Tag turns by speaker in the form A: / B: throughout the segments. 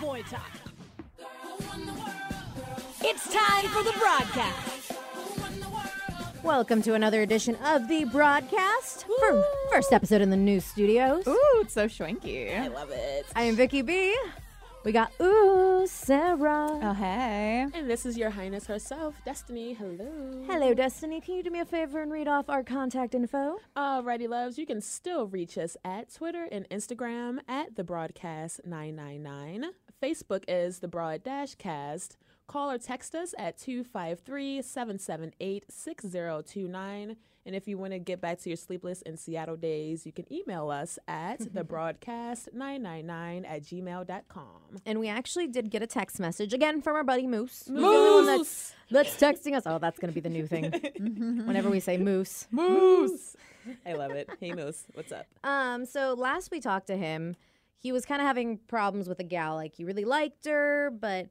A: boy talk. It's time for the broadcast.
B: Welcome to another edition of the broadcast. For first episode in the new studios.
C: Ooh, it's so schwanky.
A: love it.
B: I am Vicky B. We got ooh Sarah.
C: Oh, hey.
A: And this is your highness herself, Destiny. Hello.
B: Hello, Destiny. Can you do me a favor and read off our contact info?
A: Alrighty, loves. You can still reach us at Twitter and Instagram at the broadcast 999. Facebook is the broad dash cast. Call or text us at 253 778 6029. And if you want to get back to your sleepless in Seattle days, you can email us at thebroadcast999 at gmail.com.
B: And we actually did get a text message again from our buddy Moose. Moose. The one that's, that's texting us. Oh, that's going to be the new thing. Whenever we say Moose.
A: Moose! I love it. Hey, Moose, what's up?
B: Um, so last we talked to him, he was kind of having problems with a gal. Like he really liked her, but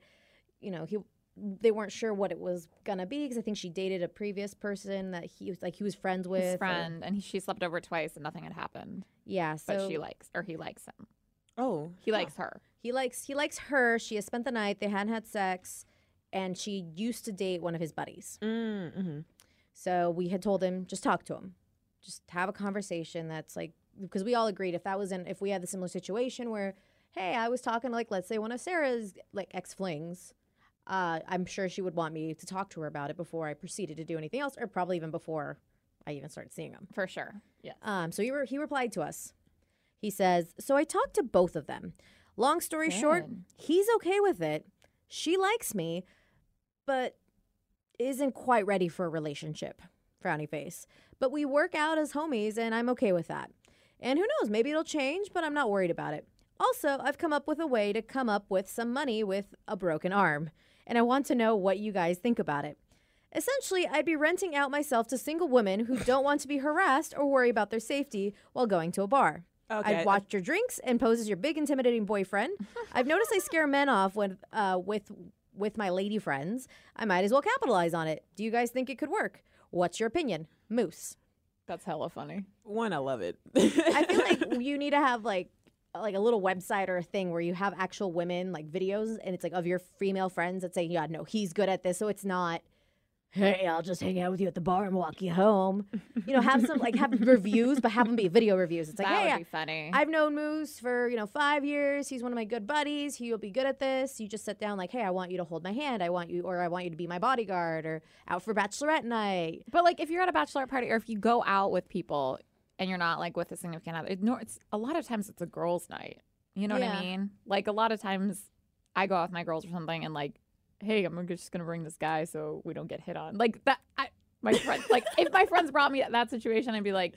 B: you know he they weren't sure what it was gonna be because I think she dated a previous person that he was like he was friends with.
C: His
B: or-
C: friend, and he, she slept over twice, and nothing had happened.
B: yeah. So
C: But she likes, or he likes him.
A: Oh,
C: He likes her.
B: he likes he likes her. She has spent the night. They hadn't had sex, and she used to date one of his buddies.
A: Mm-hmm.
B: So we had told him just talk to him, just have a conversation. That's like because we all agreed if that was in if we had the similar situation where hey I was talking to like let's say one of Sarah's like ex flings, uh, I'm sure she would want me to talk to her about it before I proceeded to do anything else, or probably even before I even started seeing him.
C: For sure. Yeah.
B: Um, so he re- he replied to us. He says, "So I talked to both of them. Long story short,
C: Good.
B: he's okay with it. She likes me, but isn't quite ready for a relationship." Frowny face. But we work out as homies, and I'm okay with that. And who knows? Maybe it'll change, but I'm not worried about it. Also, I've come up with a way to come up with some money with a broken arm, and I want to know what you guys think about it. Essentially, I'd be renting out myself to single women who don't want to be harassed or worry about their safety while going to a bar.
A: Okay.
B: I'd watch your drinks and pose as your big, intimidating boyfriend. I've noticed I scare men off when uh, with with my lady friends. I might as well capitalize on it. Do you guys think it could work? What's your opinion, Moose?
C: That's hella funny.
A: One, I love it.
B: I feel like you need to have like like a little website or a thing where you have actual women like videos and it's like of your female friends that say, "Yeah, no, he's good at this." So it's not, "Hey, I'll just hang out with you at the bar and walk you home." You know, have some like have reviews, but have them be video reviews. It's like,
C: that
B: "Hey,
C: would
B: I-
C: be funny.
B: I've known Moose for, you know, five years. He's one of my good buddies. He'll be good at this. You just sit down like, hey, I want you to hold my hand. I want you, or I want you to be my bodyguard, or out for bachelorette night.
C: but like, if you're at a bachelorette party, or if you go out with people and you're not like with a significant other, it, nor- it's a lot of times it's a girls' night. You know what
B: Yeah.
C: I mean? Like a lot of times, I go out with my girls or something, and like, hey, I'm just gonna bring this guy so we don't get hit on. Like that. I, my friend, like if my friends brought me that situation, I'd be like.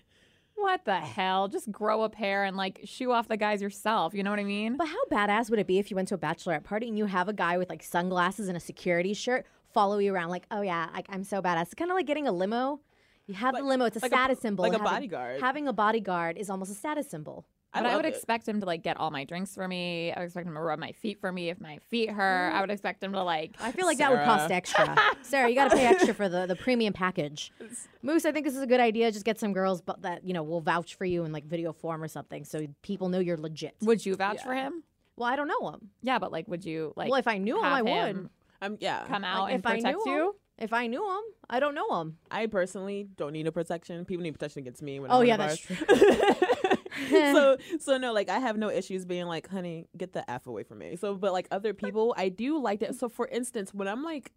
C: What the hell? Just grow a pair and like shoo off the guys yourself. You know what I mean?
B: But how badass would it be if you went to a bachelorette party and you have a guy with like sunglasses and a security shirt follow you around? Like, oh yeah, like I'm so badass. It's kind of like getting a limo. You have the limo. It's a
A: like a-
B: status symbol.
A: like
B: and
A: a
B: having-
A: bodyguard.
B: Having a bodyguard is almost a status symbol.
C: But I,
A: love
C: would
A: it.
C: expect him to like get all my drinks for me. I would expect him to rub my feet for me if my feet hurt. I would expect him to like.
B: I feel like that would cost
A: Sarah.
B: extra. Sarah, you got to pay extra for the, the premium package. Moose, I think this is a good idea. Just get some girls bu- that, you know, will vouch for you in like video form or something so people know you're legit.
C: Would you vouch for him?
B: Well, I don't know him.
C: Yeah, but like, would you like?
B: well, if I knew him, I
C: have
B: would. uh,
C: him
A: I'm yeah.
C: come out
B: Like,
C: and
B: if I
C: protect
B: knew
C: you.
B: him. If I knew him, I don't know him.
A: I personally don't need a protection. People need protection against me. When
B: Oh,
A: I'm in
B: yeah,
A: bars.
B: that's true.
A: so so no, like I have no issues being like, honey, get the f away from me. So, but like other people, I do like that. So for instance, when I'm like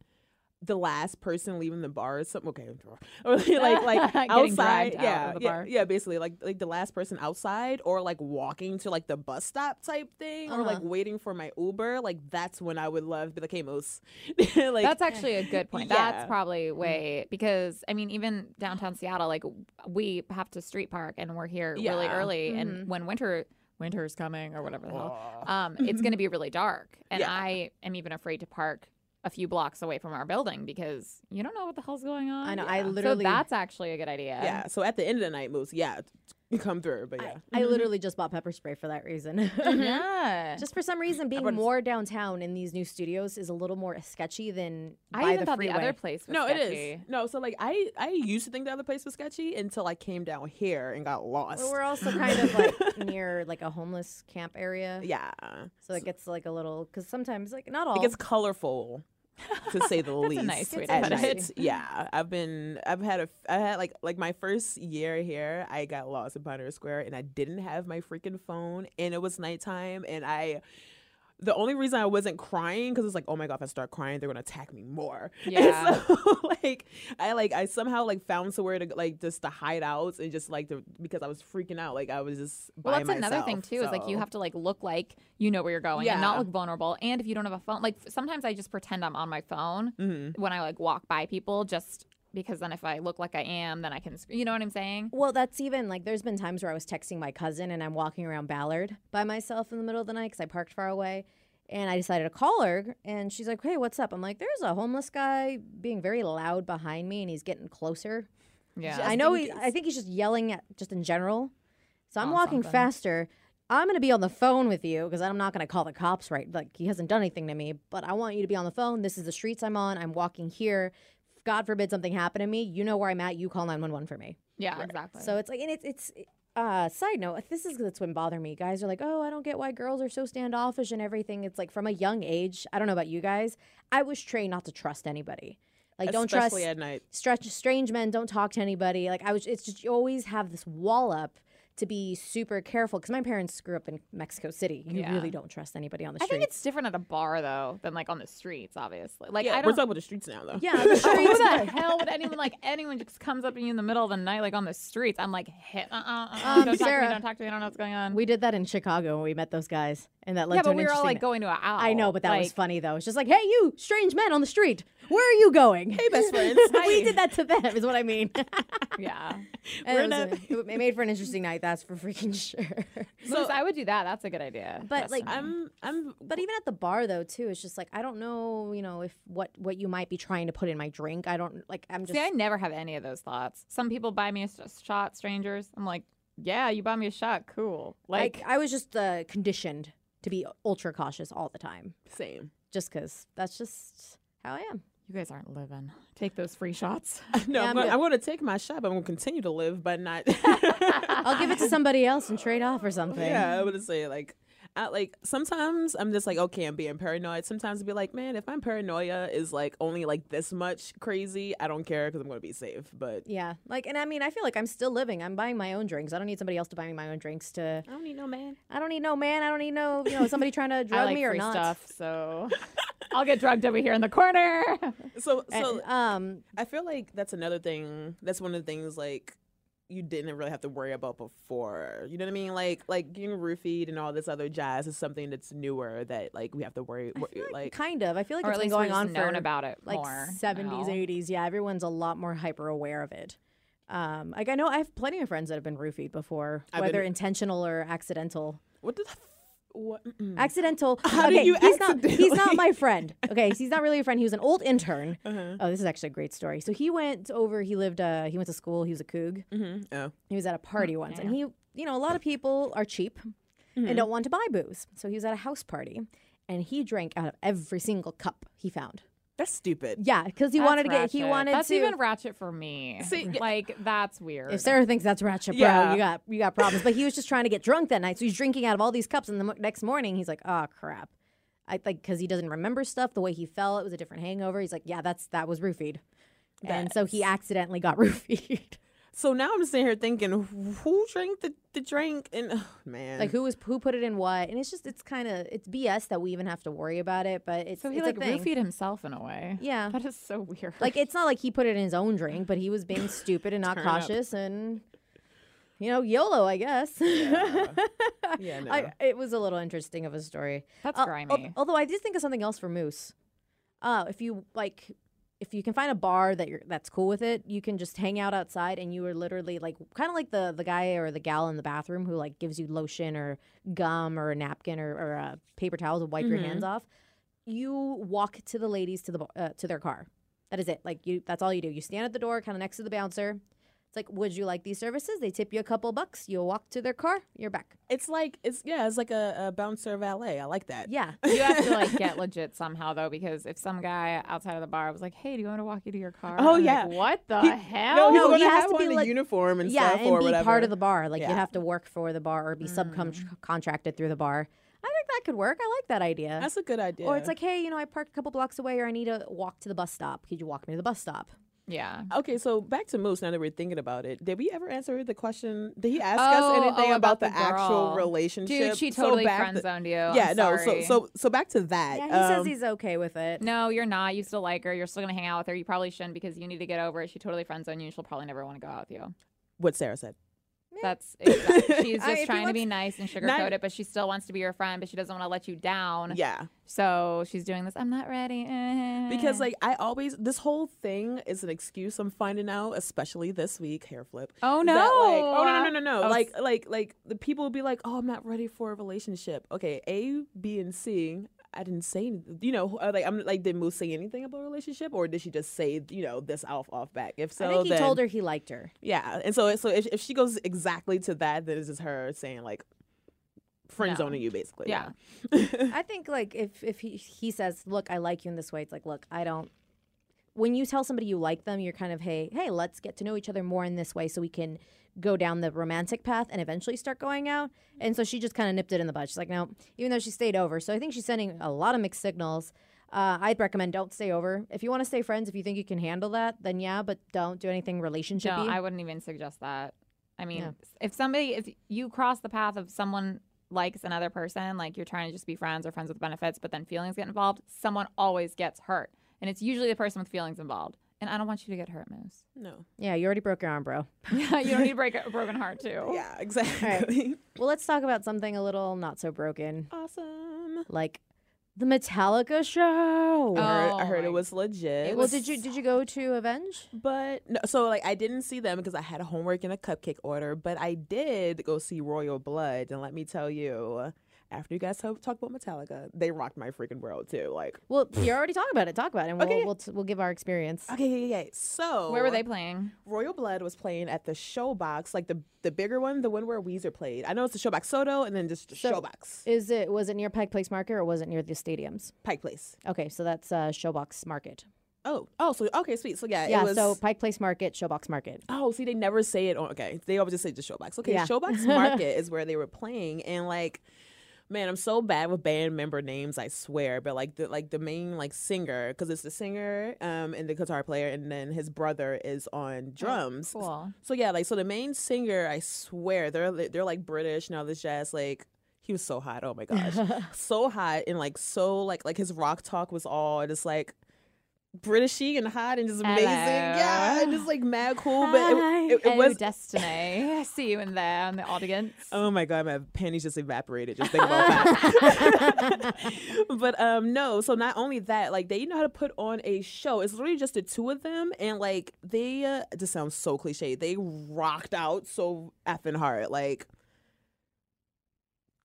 A: the last person leaving the bar, or something okay, or like like
C: Getting
A: outside,
C: dragged out
A: yeah,
C: of the
A: yeah,
C: bar.
A: yeah, basically like like the last person outside, or like walking to like the bus stop type thing, or
C: Uh-huh.
A: like waiting for my Uber. Like that's when I would love to be like, hey, Moose, like
C: That's actually a good point.
A: Yeah.
C: That's
B: Mm.
C: probably way because I mean, even downtown Seattle, like we have to street park and we're here really
A: Yeah.
C: early,
B: Mm-hmm.
C: and when winter winter's coming or whatever the hell, um, it's going to be really dark, and
A: Yeah.
C: I am even afraid to park a few blocks away from our building because you don't know what the hell's going on.
B: I know, I
C: So
B: literally-
C: that's actually a good idea.
A: Yeah. So at the end of the night, Moose, yeah, t- come through. But yeah,
B: I, I literally just bought pepper spray for that reason.
C: Yeah.
B: Just for some reason, being
A: would've-
B: more downtown in these new studios is a little more sketchy than by
C: I even
B: the
C: thought
B: freeway.
C: the other place was
A: Mm-hmm. no,
C: sketchy.
A: it is no. So like I I used to think the other place was sketchy until I came down here and got lost.
B: But we're also kind of like near like a homeless camp area,
A: yeah,
B: so it gets like a little because sometimes like not all.
A: it gets colorful. to say the least,
C: nice way
B: to
A: at
B: put it.
A: night. yeah, I've been, I've had a, f- I had like, like my first year here, I got lost in Pioneer Square, and I didn't have my freaking phone, and it was nighttime, and I, the only reason I wasn't crying because it's like, oh my god, if I start crying, they're gonna attack me more. And
C: Yeah.
A: so, like I like I somehow like found somewhere to like just to hide out and just like to because I was freaking out, like I was just
C: Well,
A: by
C: that's another thing
A: myself,
C: too. Is like you
A: so-
C: have to like look like you know where you're going and not
A: Yeah.
C: look vulnerable. And if you don't have a phone, like f- sometimes I just pretend I'm on my phone
A: Mm-hmm.
C: when I like walk by people, just because then if I look like I am, then I can. sc- You know what I'm saying?
B: Well, that's even like there's been times where I was texting my cousin and I'm walking around Ballard by myself in the middle of the night because I parked far away. And I decided to call her and she's like, hey, what's up? I'm like, there's a homeless guy being very loud behind me and he's getting closer.
C: Yeah.
B: I
A: Just
B: know
A: in
B: he, I think he's just yelling at just in general. So I'm
C: On
B: walking
C: something.
B: faster. I'm going to be on the phone with you because I'm not going to call the cops, right? Like he hasn't done anything to me, but I want you to be on the phone. This is the streets I'm on. I'm walking here. God forbid something happened to me. You know where I'm at. You call 911 for me.
C: yeah. Exactly.
B: So it's like, and it's it's. Uh, side note, this is that's what bother me. Guys are like, oh, I don't get why girls are so standoffish and everything. It's like from a young age. I don't know about you guys. I was trained not to trust anybody. Like, don't trust
A: especially at night.
B: stretch strange men. Don't talk to anybody. Like, I was. It's just you always have this wall up to be super careful because my parents grew up in Mexico City. You
C: Yeah.
B: really don't trust anybody on the
C: I think
B: streets.
C: it's different at a bar though than like on the streets, obviously. Like
A: Yeah,
C: I
A: we're
C: don't.
A: talking about the streets now though.
B: yeah, the
C: who
B: streets.
C: the hell would anyone like anyone just comes up to you in the middle of the night like on the streets? I'm like, hit, uh, uh, uh, uh, don't
B: Um,
C: talk to
B: Sarah.
C: me, don't talk to me, I don't know what's going on.
B: we did that in Chicago when we met those guys, and that led
C: yeah,
B: to
C: but
B: an
C: we were all
B: interesting-
C: like going to an out.
B: I know, but that was
C: like,
B: funny though. It's just like, hey, you strange men on the street, where are you going?
A: Hey, best friends.
B: we did that to them, is what I mean.
C: Yeah.
B: And
A: We're
B: it, was
A: not-
B: a- it made for an interesting night, that's for freaking sure.
C: So I would do that. That's a good idea.
B: But, like,
C: Definitely.
A: I'm, I'm,
B: But even at the bar though, too, it's just like I don't know, you know, if what what you might be trying to put in my drink. I don't like. I'm just
C: See, I never have any of those thoughts. Some people buy me a s- shot, strangers. I'm like, yeah, you bought me a shot. Cool. Like,
B: like I was just uh, conditioned to be ultra cautious all the time,
A: same.
B: just because that's just how I am.
C: you guys aren't living. Take those free shots.
A: No,
B: Yeah, I'm
A: I'm, gonna,
B: good.
A: I'm gonna take my shot, but I'm gonna continue to live, but not.
B: I'll give it to somebody else and trade off or something.
A: yeah, I would say like, I, like sometimes I'm just like, okay, I'm being paranoid. Sometimes I'd be like, man, if my paranoia is like only like this much crazy, I don't care because I'm gonna be safe. But
B: Yeah, like, and I mean, I feel like I'm still living. I'm buying my own drinks. I don't need somebody else to buy me my own drinks. To
A: I don't need no man.
B: I don't need no man. I don't need no you know somebody trying to drug
C: I like
B: me or
C: free
B: not.
C: stuff, so I'll get drugged over here in the corner.
A: So,
B: And,
A: so
B: um,
A: I feel like that's another thing. That's one of the things like you didn't really have to worry about before. You know what I mean? Like like getting roofied and all this other jazz is something that's newer that like we have to worry.
B: I
A: wor-
B: feel like,
A: like
B: kind of. I feel like
C: or
B: it's
C: at
B: been
C: least
B: going
C: we're just
B: on for
C: known about it
B: like
C: more.
B: seventies,
C: now.
B: eighties. Yeah, everyone's a lot more hyper aware of it. Um, like I know I have plenty of friends that have been roofied before,
A: I've
B: whether
A: been-
B: intentional or accidental.
A: what the f- what? mm-mm.
B: Accidental.
A: Mm. How did
B: okay,
A: you
B: he's not. He's not
A: accidentally-
B: my friend. Okay, he's not really a friend. He was an old intern.
A: Uh-huh.
B: Oh, this is actually a great story. So he went over. He lived. Uh, he went to school. He was a coog.
A: Mm-hmm. Oh.
B: He was at a party once, and he, you know, a lot of people are cheap and don't want to buy booze. So he was at a house party, and he drank out of every single cup he found.
A: That's stupid.
B: Yeah, because he
C: That's
B: wanted to get. He
C: ratchet.
B: wanted
C: That's
B: to.
C: even ratchet for me.
A: See, yeah.
C: like that's weird.
B: if Sarah thinks that's ratchet, bro,
A: Yeah.
B: you got you got problems. But he was just trying to get drunk that night, so he's drinking out of all these cups. And the mo- next morning, he's like, "Oh crap." I like because he doesn't remember stuff. The way he fell, it was a different hangover. He's like, "Yeah, that's that was roofied," and so he accidentally got roofied.
A: So now I'm sitting here thinking, who drank the, the drink? And oh, man,
B: like who was who put it in what and it's just it's kind of it's bs that we even have to worry about it but it's
C: so he
B: it's
C: like
B: a thing.
C: roofied himself in a way.
B: yeah
C: That is so weird.
B: like it's not like he put it in his own drink but he was being stupid and not
A: Turn up.
B: cautious and you know yolo i guess
A: yeah, no.
B: I, it was a little interesting of a story
C: that's
B: Al- al-
C: grimy.
B: although i did think of something else for moose uh if you like if you can find a bar that you're that's cool with it you can just hang out outside and you are literally like kind of like the the guy or the gal in the bathroom who like gives you lotion or gum or a napkin or, or uh, paper towels to wipe your
C: Mm-hmm.
B: hands off you walk to the ladies to the bo- uh, to their car that is it like you that's all you do you stand at the door kind of next to the bouncer it's like, would you like these services? They tip you a couple bucks. You'll walk to their car. You're back.
A: It's like it's yeah, it's like a, a bouncer valet. I like that.
B: Yeah.
C: You have to like get legit somehow though, because if some guy outside of the bar was like, "Hey, do you want me to walk you to your car?"
A: Oh,
C: I'm like,
A: yeah.
C: what the
A: He-
C: hell?
A: No, he's
B: No,
A: gonna
B: he has
A: have
B: to
A: on
B: be,
A: a
B: like-
A: uniform and
B: yeah,
A: stuff
B: and
A: or
B: be
A: whatever.
B: part of the bar. Like
A: Yeah. Mm-hmm.
B: you have to work for the bar or be subcontracted through the bar. I think that could work. I like that idea.
A: That's a good idea.
B: Or it's like, hey, you know, I parked a couple blocks away, or I need to walk to the bus stop. Could you walk me to the bus stop?
C: yeah.
A: Okay, so back to Moose. Now that we're thinking about it, did we ever answer the question? Did he ask
C: Oh,
A: us anything
C: oh,
A: about,
C: about
A: the,
C: the
A: actual
C: girl.
A: relationship?
C: Dude, she
A: So
C: totally
A: back
C: friend
A: the-
C: zoned you. I'm
A: Yeah, no. So
C: sorry.
A: so so back to that.
B: Yeah, he says
A: um,
B: he's okay with it.
C: No, you're not. You still like her. You're still gonna hang out with her. You probably shouldn't because you need to get over it. She totally friend zoned you. and She'll probably never want to go out with you.
A: what Sarah said.
C: That's exactly. she's
B: I mean, if
C: just
B: he
C: trying to
B: wants-
C: be nice and sugarcoat
A: Not-
C: it, but she still wants to be your friend, but she doesn't want to let you down.
A: Yeah.
C: So she's doing this. I'm not ready. Mm.
A: Because like I always this whole thing is an excuse I'm finding out, especially this week, hair flip.
C: oh
A: that,
C: no,
A: like, oh no, no, no, no, no.
C: Oh,
A: Like, like, like the people will be like, "Oh, I'm not ready for a relationship." Okay, A, B, and C. I didn't say, any- you know, uh, like I'm like, did Moose say anything about a relationship, or did she just say, you know, this off off back? If so,
B: I think he
A: then,
B: told her he liked her.
A: yeah. And so, so if, if she goes exactly to that, then it's just her saying like, friend
C: No.
A: zoning you basically.
C: Yeah.
B: I think like if if he he says, "Look, I like you in this way," it's like, "Look, I don't." When you tell somebody you like them, you're kind of, "Hey, hey, let's get to know each other more in this way, so we can go down the romantic path and eventually start going out." And so she just kind of nipped it in the bud. She's like, "No," even though she stayed over. So I think she's sending a lot of mixed signals. Uh, I'd recommend don't stay over. If you want to stay friends, if you think you can handle that, then yeah, but don't do anything relationshipy.
C: No, I wouldn't even suggest that. I mean,
B: No.
C: if somebody, if you cross the path of someone likes another person, like you're trying to just be friends or friends with benefits, but then feelings get involved, someone always gets hurt. And it's usually the person with feelings involved. And I don't want you to get hurt, Moose.
A: No.
B: yeah, you already broke your arm, bro.
C: Yeah, you don't need to break a broken heart, too.
A: Yeah. Exactly.
B: Well, let's talk about something a little not so broken,
A: Awesome.
B: like the Metallica show.
A: I heard, I
C: Oh
A: heard
C: my-
A: it was legit.
C: It
B: well,
C: was
B: did you did you go to Avenge?
A: But no, so like I didn't see them because I had homework and a cupcake order, but I did go see Royal Blood, and let me tell you, after you guys talk talk about Metallica, they rocked my freaking world too. Like,
B: Well, you're already talking about it. Talk about it. And we'll
A: Okay.
B: we'll, t- we'll give our experience.
A: okay, yeah, yeah, yeah. So
C: Where were they playing?
A: Royal Blood was playing at the Showbox, like the the bigger one, the one where Weezer played. I know it's the Showbox Soto, and then just the
B: So-
A: Showbox
B: Is it was it near Pike Place Market or was it near the stadiums?
A: Pike Place.
B: Okay, so that's uh, Showbox Market.
A: Oh, oh, so okay, sweet. So yeah,
B: Yeah,
A: it was.
B: so Pike Place Market, Showbox Market.
A: Oh, see, they never say it on. Okay, they always just say the Showbox. Okay,
B: Yeah.
A: Showbox Market is where they were playing, and like, man, I'm so bad with band member names, I swear. But like the like the main like singer, because it's the singer um and the guitar player, and then his brother is on drums.
C: Cool.
A: So yeah, like so the main singer, I swear they're they're like British and all this jazz. Like he was so hot. Oh my gosh, so hot and like so like like his rock talk was all just like Britishy and hot and just amazing. Yeah,
C: Hello.
A: and just like mad cool. But it, it,
C: Hello,
A: it was.
C: Destiny. I see you in there in the audience.
A: Oh my god, my panties just evaporated. Just think about that. but um no, so not only that, like they know how to put on a show. It's literally just the two of them, and like they uh, just sounds so cliche. They rocked out so effing hard. Like,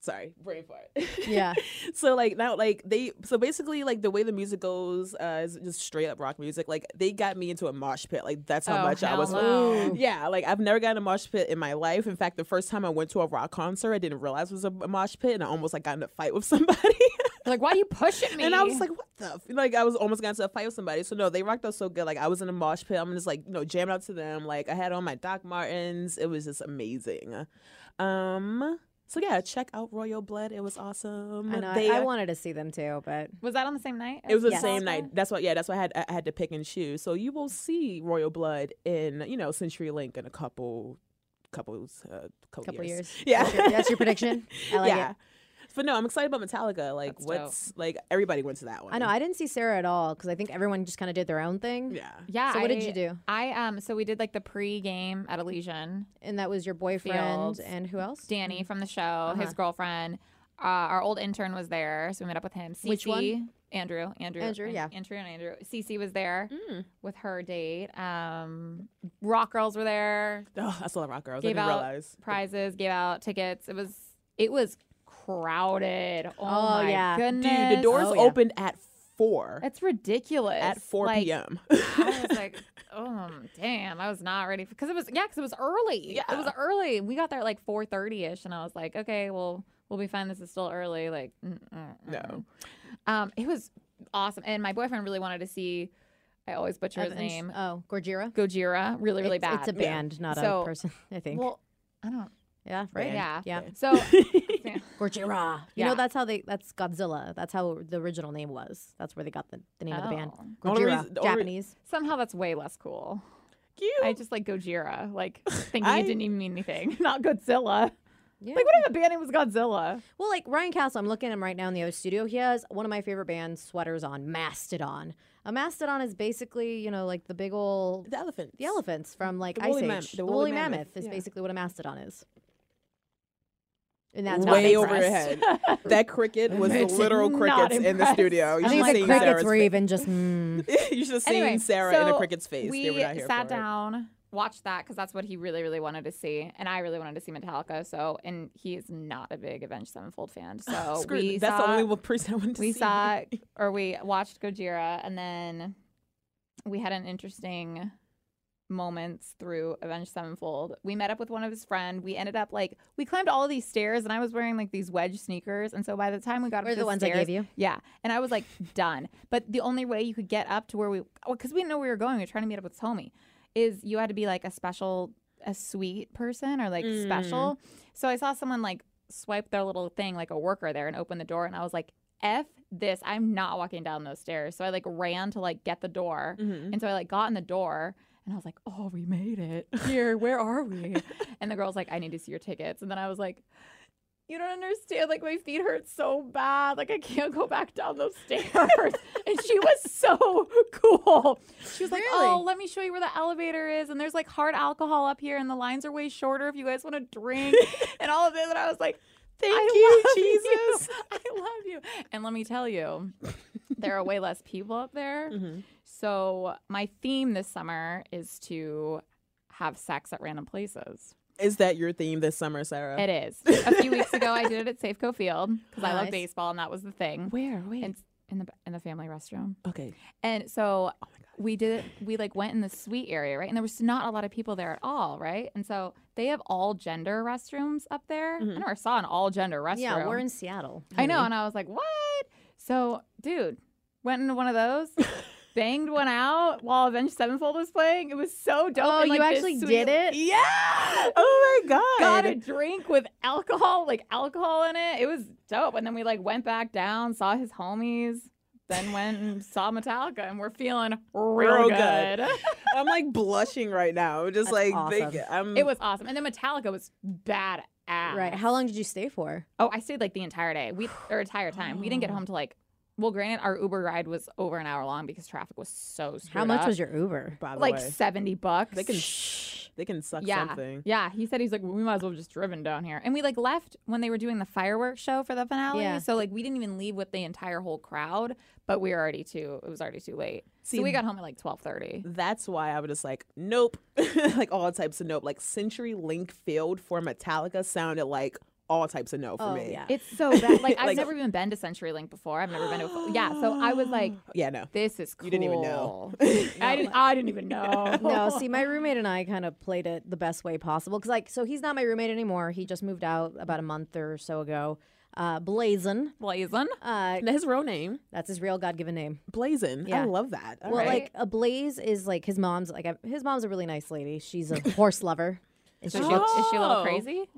A: sorry, brain fart.
B: Yeah,
A: so like now like they so basically like the way the music goes uh, is just straight up rock music. Like they got me into a mosh pit. Like that's how
C: Oh,
A: much I
C: hell
A: was.
C: no. Ooh.
A: Yeah, like I've never gotten a mosh pit in my life. In fact, the first time I went to a rock concert, I didn't realize it was a a mosh pit, and I almost like got in a fight with somebody.
C: Like, why are you pushing me?
A: and I was like, what the? F-? Like I was almost got into a fight with somebody. So no, they rocked out so good. Like I was in a mosh pit. I'm just like you know jamming out to them. Like I had on my Doc Martens. It was just amazing. Um. So yeah, check out Royal Blood. It was awesome.
B: I know. I-
A: They-
B: I wanted to see them too, but
C: was that on the same night?
A: it was the
B: Yes.
A: same night. That's why, yeah, that's why I had I had to pick and choose. So you will see Royal Blood in you know Century Link in a couple, couples, uh, couple,
B: couple
A: years.
B: years.
A: Yeah,
B: That's your, that's your prediction. I like
A: yeah.
B: it.
A: But no, I'm excited about Metallica. Like,
C: That's dope.
A: what's like everybody went to that one.
B: I know. I didn't see Sarah at all because I think everyone just kind of did their own thing.
A: yeah.
C: yeah.
B: So what did
C: I-
B: you do?
C: I um so we did like the pre-game at Elysian.
B: And that was your boyfriend
C: Fields.
B: and who else?
C: Danny from the show, his girlfriend, uh, our old intern was there, so we met up with him. Cece,
B: Which one?
C: Andrew, Andrew,
B: Andrew,
C: An-
B: yeah.
C: Andrew and Andrew. Cece was there
A: Mm.
C: with her date. Um, rock girls were there.
A: Oh, I saw the Rock Girls. I
C: Gave
A: didn't
C: out
A: realize.
C: Prizes, gave out tickets. It was it was crowded. Oh,
B: Oh,
C: my
B: yeah.
C: goodness,
A: Dude, the doors
B: Oh, yeah.
A: opened at four
C: It's ridiculous.
A: at four
C: Like,
A: p.m.
C: I was like, oh damn, I was not ready because it was yeah, because it was early. it was
A: Yeah.
C: early. We got there at like four thirty ish, and I was like, okay, well, we'll be fine. This is still early. Like, mm, mm, mm.
A: No.
C: um, it was awesome, and my boyfriend really wanted to see. I always butcher his
B: Evans-
C: name,
B: Oh, Gorgira.
C: Gojira, really, really
B: it's,
C: bad.
B: It's a
A: Yeah.
B: band, not
C: So-
B: a person. I think.
C: Well, I don't.
B: yeah. Right.
C: yeah.
B: Yeah.
C: So
B: Gorgira. You
C: Yeah.
B: know, that's how they. That's Godzilla. That's how the original name was. That's where they got the, the name of the band.
C: oh.
A: The only
B: Gojira,
A: reason- the only re-
B: Japanese.
C: somehow that's way less cool.
A: you.
C: I just like Gojira, like thinking
A: I-
C: it didn't even mean anything. Not Godzilla.
B: Yeah.
C: Like, what if a band name was Godzilla?
B: well, like Ryan Castle, I'm looking at him right now in the other studio. He has one of my favorite band sweaters on, Mastodon. A mastodon is basically, you know, like the big old
A: the elephant.
B: the elephants from like
A: The
B: Ice
A: woolly
B: Age.
A: mam-
B: the,
A: the
B: woolly,
A: woolly
B: mammoth,
A: mammoth,
B: is
A: yeah.
B: basically what a mastodon is. And that's not
A: Way
B: impressed.
A: over head. That cricket was the
C: Makes it
A: literal
C: not
A: crickets in the
C: impressed.
A: studio. You
B: I
C: I'm
B: think
A: should have
C: like,
B: the
A: seen
B: crickets
A: Sarah's
B: were
A: face.
B: even just. Mm.
A: you should have seen
C: Anyway,
A: Sarah in a
C: so
A: cricket's face.
C: We
A: they were not here
C: sat
A: for it.
C: down, watched that because that's what he really, really wanted to see, and I really wanted to see Metallica. So, and he is not a big Avenged Sevenfold fan. So
A: Screw
C: we
A: it. That's
C: saw,
A: the only one person I wanted to
C: we
A: see.
C: saw or we watched Gojira, and then we had an interesting moments through Avenged Sevenfold. We met up with one of his friend. We ended up like we climbed all these stairs, and I was wearing like these wedge sneakers. And so by the time we got up
B: Were
C: to
B: the ones I
C: stairs,
B: gave you?
C: yeah. And I was like, done. But the only way you could get up to where we, because we didn't know where we were going, we were trying to meet up with this homie, is you had to be like a special, a sweet person or like special. So I saw someone like swipe their little thing, like a worker there, and open the door. And I was like, F this. I'm not walking down those stairs. So I like ran to like get the door.
A: Mhm.
C: And so I like got in the door. And I was like, "Oh, we made it! Here, where are we?" and the girl's like, "I need to see your tickets." And then I was like, you don't understand. Like my feet hurt so bad. Like I can't go back down those stairs. and she was so cool. She was like,
B: Really?
C: "Oh, let me show you where the elevator is." And there's like hard alcohol up here, and the lines are way shorter if you guys want to drink and all of this. And I was like,
A: Thank
C: "I
A: you,
C: love
A: Jesus.
C: I love you." And let me tell you, there are way less people up there.
B: Mm.
A: Mhm.
C: So my theme this summer is to have sex at random places.
A: Is that your theme this summer, Sarah?
C: It is. A few weeks ago, I did it at Safeco Field because I love
B: Nice.
C: baseball, and that was the thing.
A: Where? Wait.
C: And in the in the family restroom,
A: okay.
C: and so
B: Oh
C: we did. it- We like went in the suite area, right? And there was not a lot of people there at all, right? And so they have all gender restrooms up there. I never saw an all gender restroom.
B: Mm-hmm. Yeah, we're in Seattle.
C: I know, and I was like, what? So, dude, went into one of those. Banged one out while Avenged Sevenfold was playing. It was so dope.
B: Oh,
C: and, like,
B: you
C: this
B: actually
C: sweet-
B: did it?
A: Yeah. Oh my God.
C: got a drink with alcohol, like alcohol in it. It was dope. And then we like went back down, saw his homies, then went and saw Metallica, and we're feeling real,
A: Real
C: good.
A: good. I'm like blushing right now. Just
B: That's
A: like think-
B: awesome.
A: I'm.
C: it was awesome. And then Metallica was badass.
B: Mm. Right. How long did you stay for?
C: Oh, I stayed like the entire day. We or entire time. We didn't get home till like. Well, granted, our Uber ride was over an hour long because traffic was so.
B: How much was your Uber?
A: By the
C: like
A: way,
C: seventy bucks?
A: they can they can suck
C: yeah.
A: something.
C: Yeah, he said he's like, we might as well have just driven down here. And we like left when they were doing the fireworks show for the finale.
B: Yeah.
C: So like we didn't even leave with the entire whole crowd, but we were already too it was already too late.
A: See,
C: so we got home at like twelve thirty.
A: That's why I was just like, nope, like all types of nope. Like Century Link Field for Metallica sounded like all types of no for
B: Oh,
A: me.
B: yeah.
C: It's so bad. Like I've
A: Like-
C: never even been to CenturyLink before. I've never been to Yeah. So I was like,
A: Yeah, no.
C: this is cool.
A: You didn't even know.
C: I didn't I didn't even know.
B: no, see, my roommate and I kind of played it the best way possible because, like, so he's not my roommate anymore. He just moved out about a month or so ago. Uh, Blazon,
C: Blazon.
B: uh,
A: And his real name,
B: that's his real God-given name.
A: Blazin.
B: Yeah.
A: I love that. All
B: Well,
A: right.
B: like a blaze is like his mom's like a, his mom's a really nice lady. She's a horse lover. And
C: So
B: she
C: she-
B: looks,
C: is she a little
A: Oh.
C: crazy?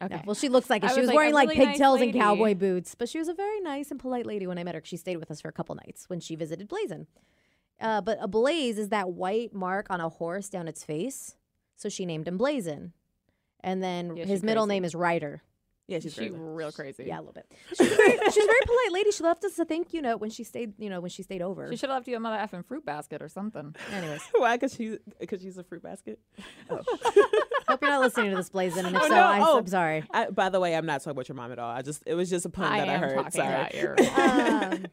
C: Okay.
B: well, she looks like it.
C: I
B: She was,
C: was like, a
B: wearing like
C: really nice
B: pigtails and
C: lady.
B: cowboy boots, but she was a very nice and polite lady when I met her. She stayed with us for a couple nights when she visited Blazon. Uh, but a blaze is that white mark on a horse down its face, so she named him Blazon. And then
C: Yeah,
B: his
C: she's
B: middle
C: crazy.
B: name is Ryder.
A: yeah, she's
C: She's
A: crazy.
C: real crazy.
B: Yeah, a little bit. She's a very, she's a very polite lady. She left us a thank you note when she stayed. You know, when she stayed over.
C: She should have left you a mother effing fruit basket or something.
B: Anyways,
A: Why? Because she's because she's a fruit basket. Oh.
B: hope you're not listening to this, Blazon. And if
A: Oh,
B: so,
A: no.
B: I'm,
A: Oh.
B: I'm sorry.
A: I, by the way, I'm not talking about your mom at all. I just it was just a pun
C: I
A: that I
C: am
A: heard.
C: talking
A: Sorry.
C: about your
B: um,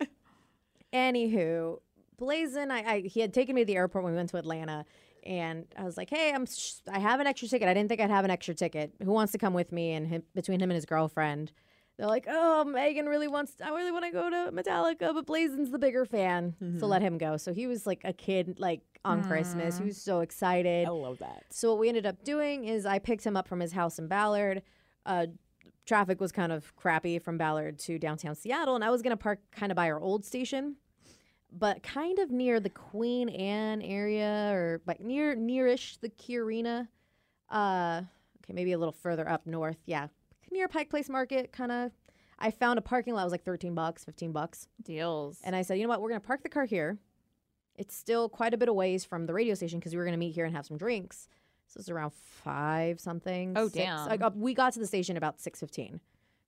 B: anywho, Blazin, I, I he had taken me to the airport when we went to Atlanta, and I was like, "Hey, I'm sh- I have an extra ticket. I didn't think I'd have an extra ticket. Who wants to come with me?" And him, between him and his girlfriend, They're like, oh, Megan really wants. I really want to go to Metallica, but Blazen's the bigger fan, so let him go. So he was like a kid, like on Christmas. He was so excited.
A: I love that.
B: So what we ended up doing is I picked him up from his house in Ballard. Uh, traffic was kind of crappy from Ballard to downtown Seattle, and I was gonna park kind of by our old station, but kind of near the Queen Anne area or like near nearish the Key Arena. Uh, okay, maybe a little further up north. Yeah, near Pike Place Market, kind of. I found a parking lot. It was like thirteen bucks, fifteen bucks.
C: Deals.
B: And I said, you know what? We're going to park the car here. It's still quite a bit of ways from the radio station because we were going to meet here and have some drinks. So it's around five something.
C: Oh,
B: six.
C: damn.
B: Like, uh, we got to the station about six fifteen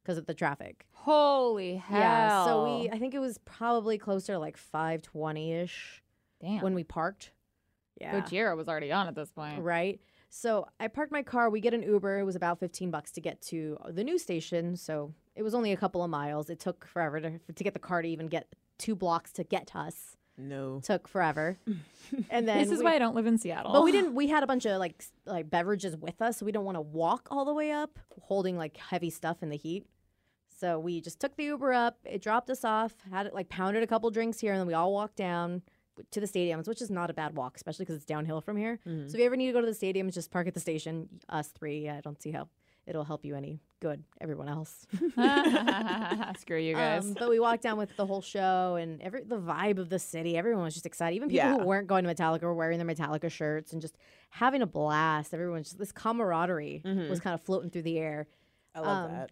B: because of the traffic.
C: Holy hell.
B: Yeah. So we, I think it was probably closer to like five twenty ish
C: Damn.
B: when we parked. Yeah.
C: Gojira was already on at this point.
B: Right. So I parked my car. We get an Uber. It was about 15 bucks to get to the news station. So it was only a couple of miles. It took forever to, to get the car to even get two blocks to get to us.
A: No.
B: Took forever. and then
C: This is
B: we-
C: why I don't live in Seattle.
B: But we didn't. We had a bunch of like s- like beverages with us, so we don't want to walk all the way up holding like heavy stuff in the heat. So we just took the Uber up. It dropped us off. Had it like pounded a couple drinks here, and then we all walked down to the stadiums, which is not a bad walk, especially because it's downhill from here.
C: Mm-hmm.
A: Mm-hmm.
B: So if you ever need to go to the stadiums, just park at the station. Us three. I don't see how it'll help you any good. Everyone else.
C: Screw you guys.
B: Um, but we walked down with the whole show and every the vibe of the city. Everyone was just excited. Even people
A: Yeah.
B: who weren't going to Metallica were wearing their Metallica shirts and just having a blast. Everyone's just this camaraderie was kind of floating through the air.
A: I love
B: Um,
A: that.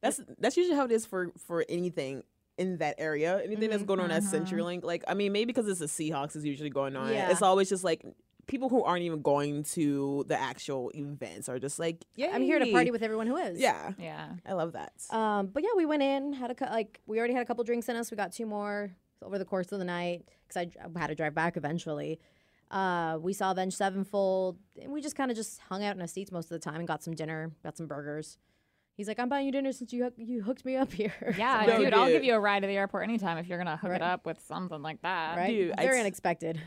A: That's that's usually how it is for for anything in that area. Anything that's going on at CenturyLink, like I mean, maybe because it's the Seahawks is usually going on.
B: Yeah.
A: It's always just like people who aren't even going to the actual events are just like, yeah,
B: I'm here to party with everyone who is.
A: Yeah,
C: yeah.
A: I love that.
B: Um, but yeah, we went in, had a cou- like we already had a couple drinks in us. We got two more over the course of the night because I, dr- had to drive back eventually. Uh, we saw Avenged Sevenfold, and we just kind of just hung out in our seats most of the time and got some dinner, got some burgers. He's like, "I'm buying you dinner since you hook- you hooked me up here."
C: Yeah,
A: No,
C: dude, I'll
A: dude.
C: give you a ride to the airport anytime if you're gonna hook
B: Right.
C: it up with something like that.
B: right?
A: Dude, I
B: Very
A: s-
B: unexpected.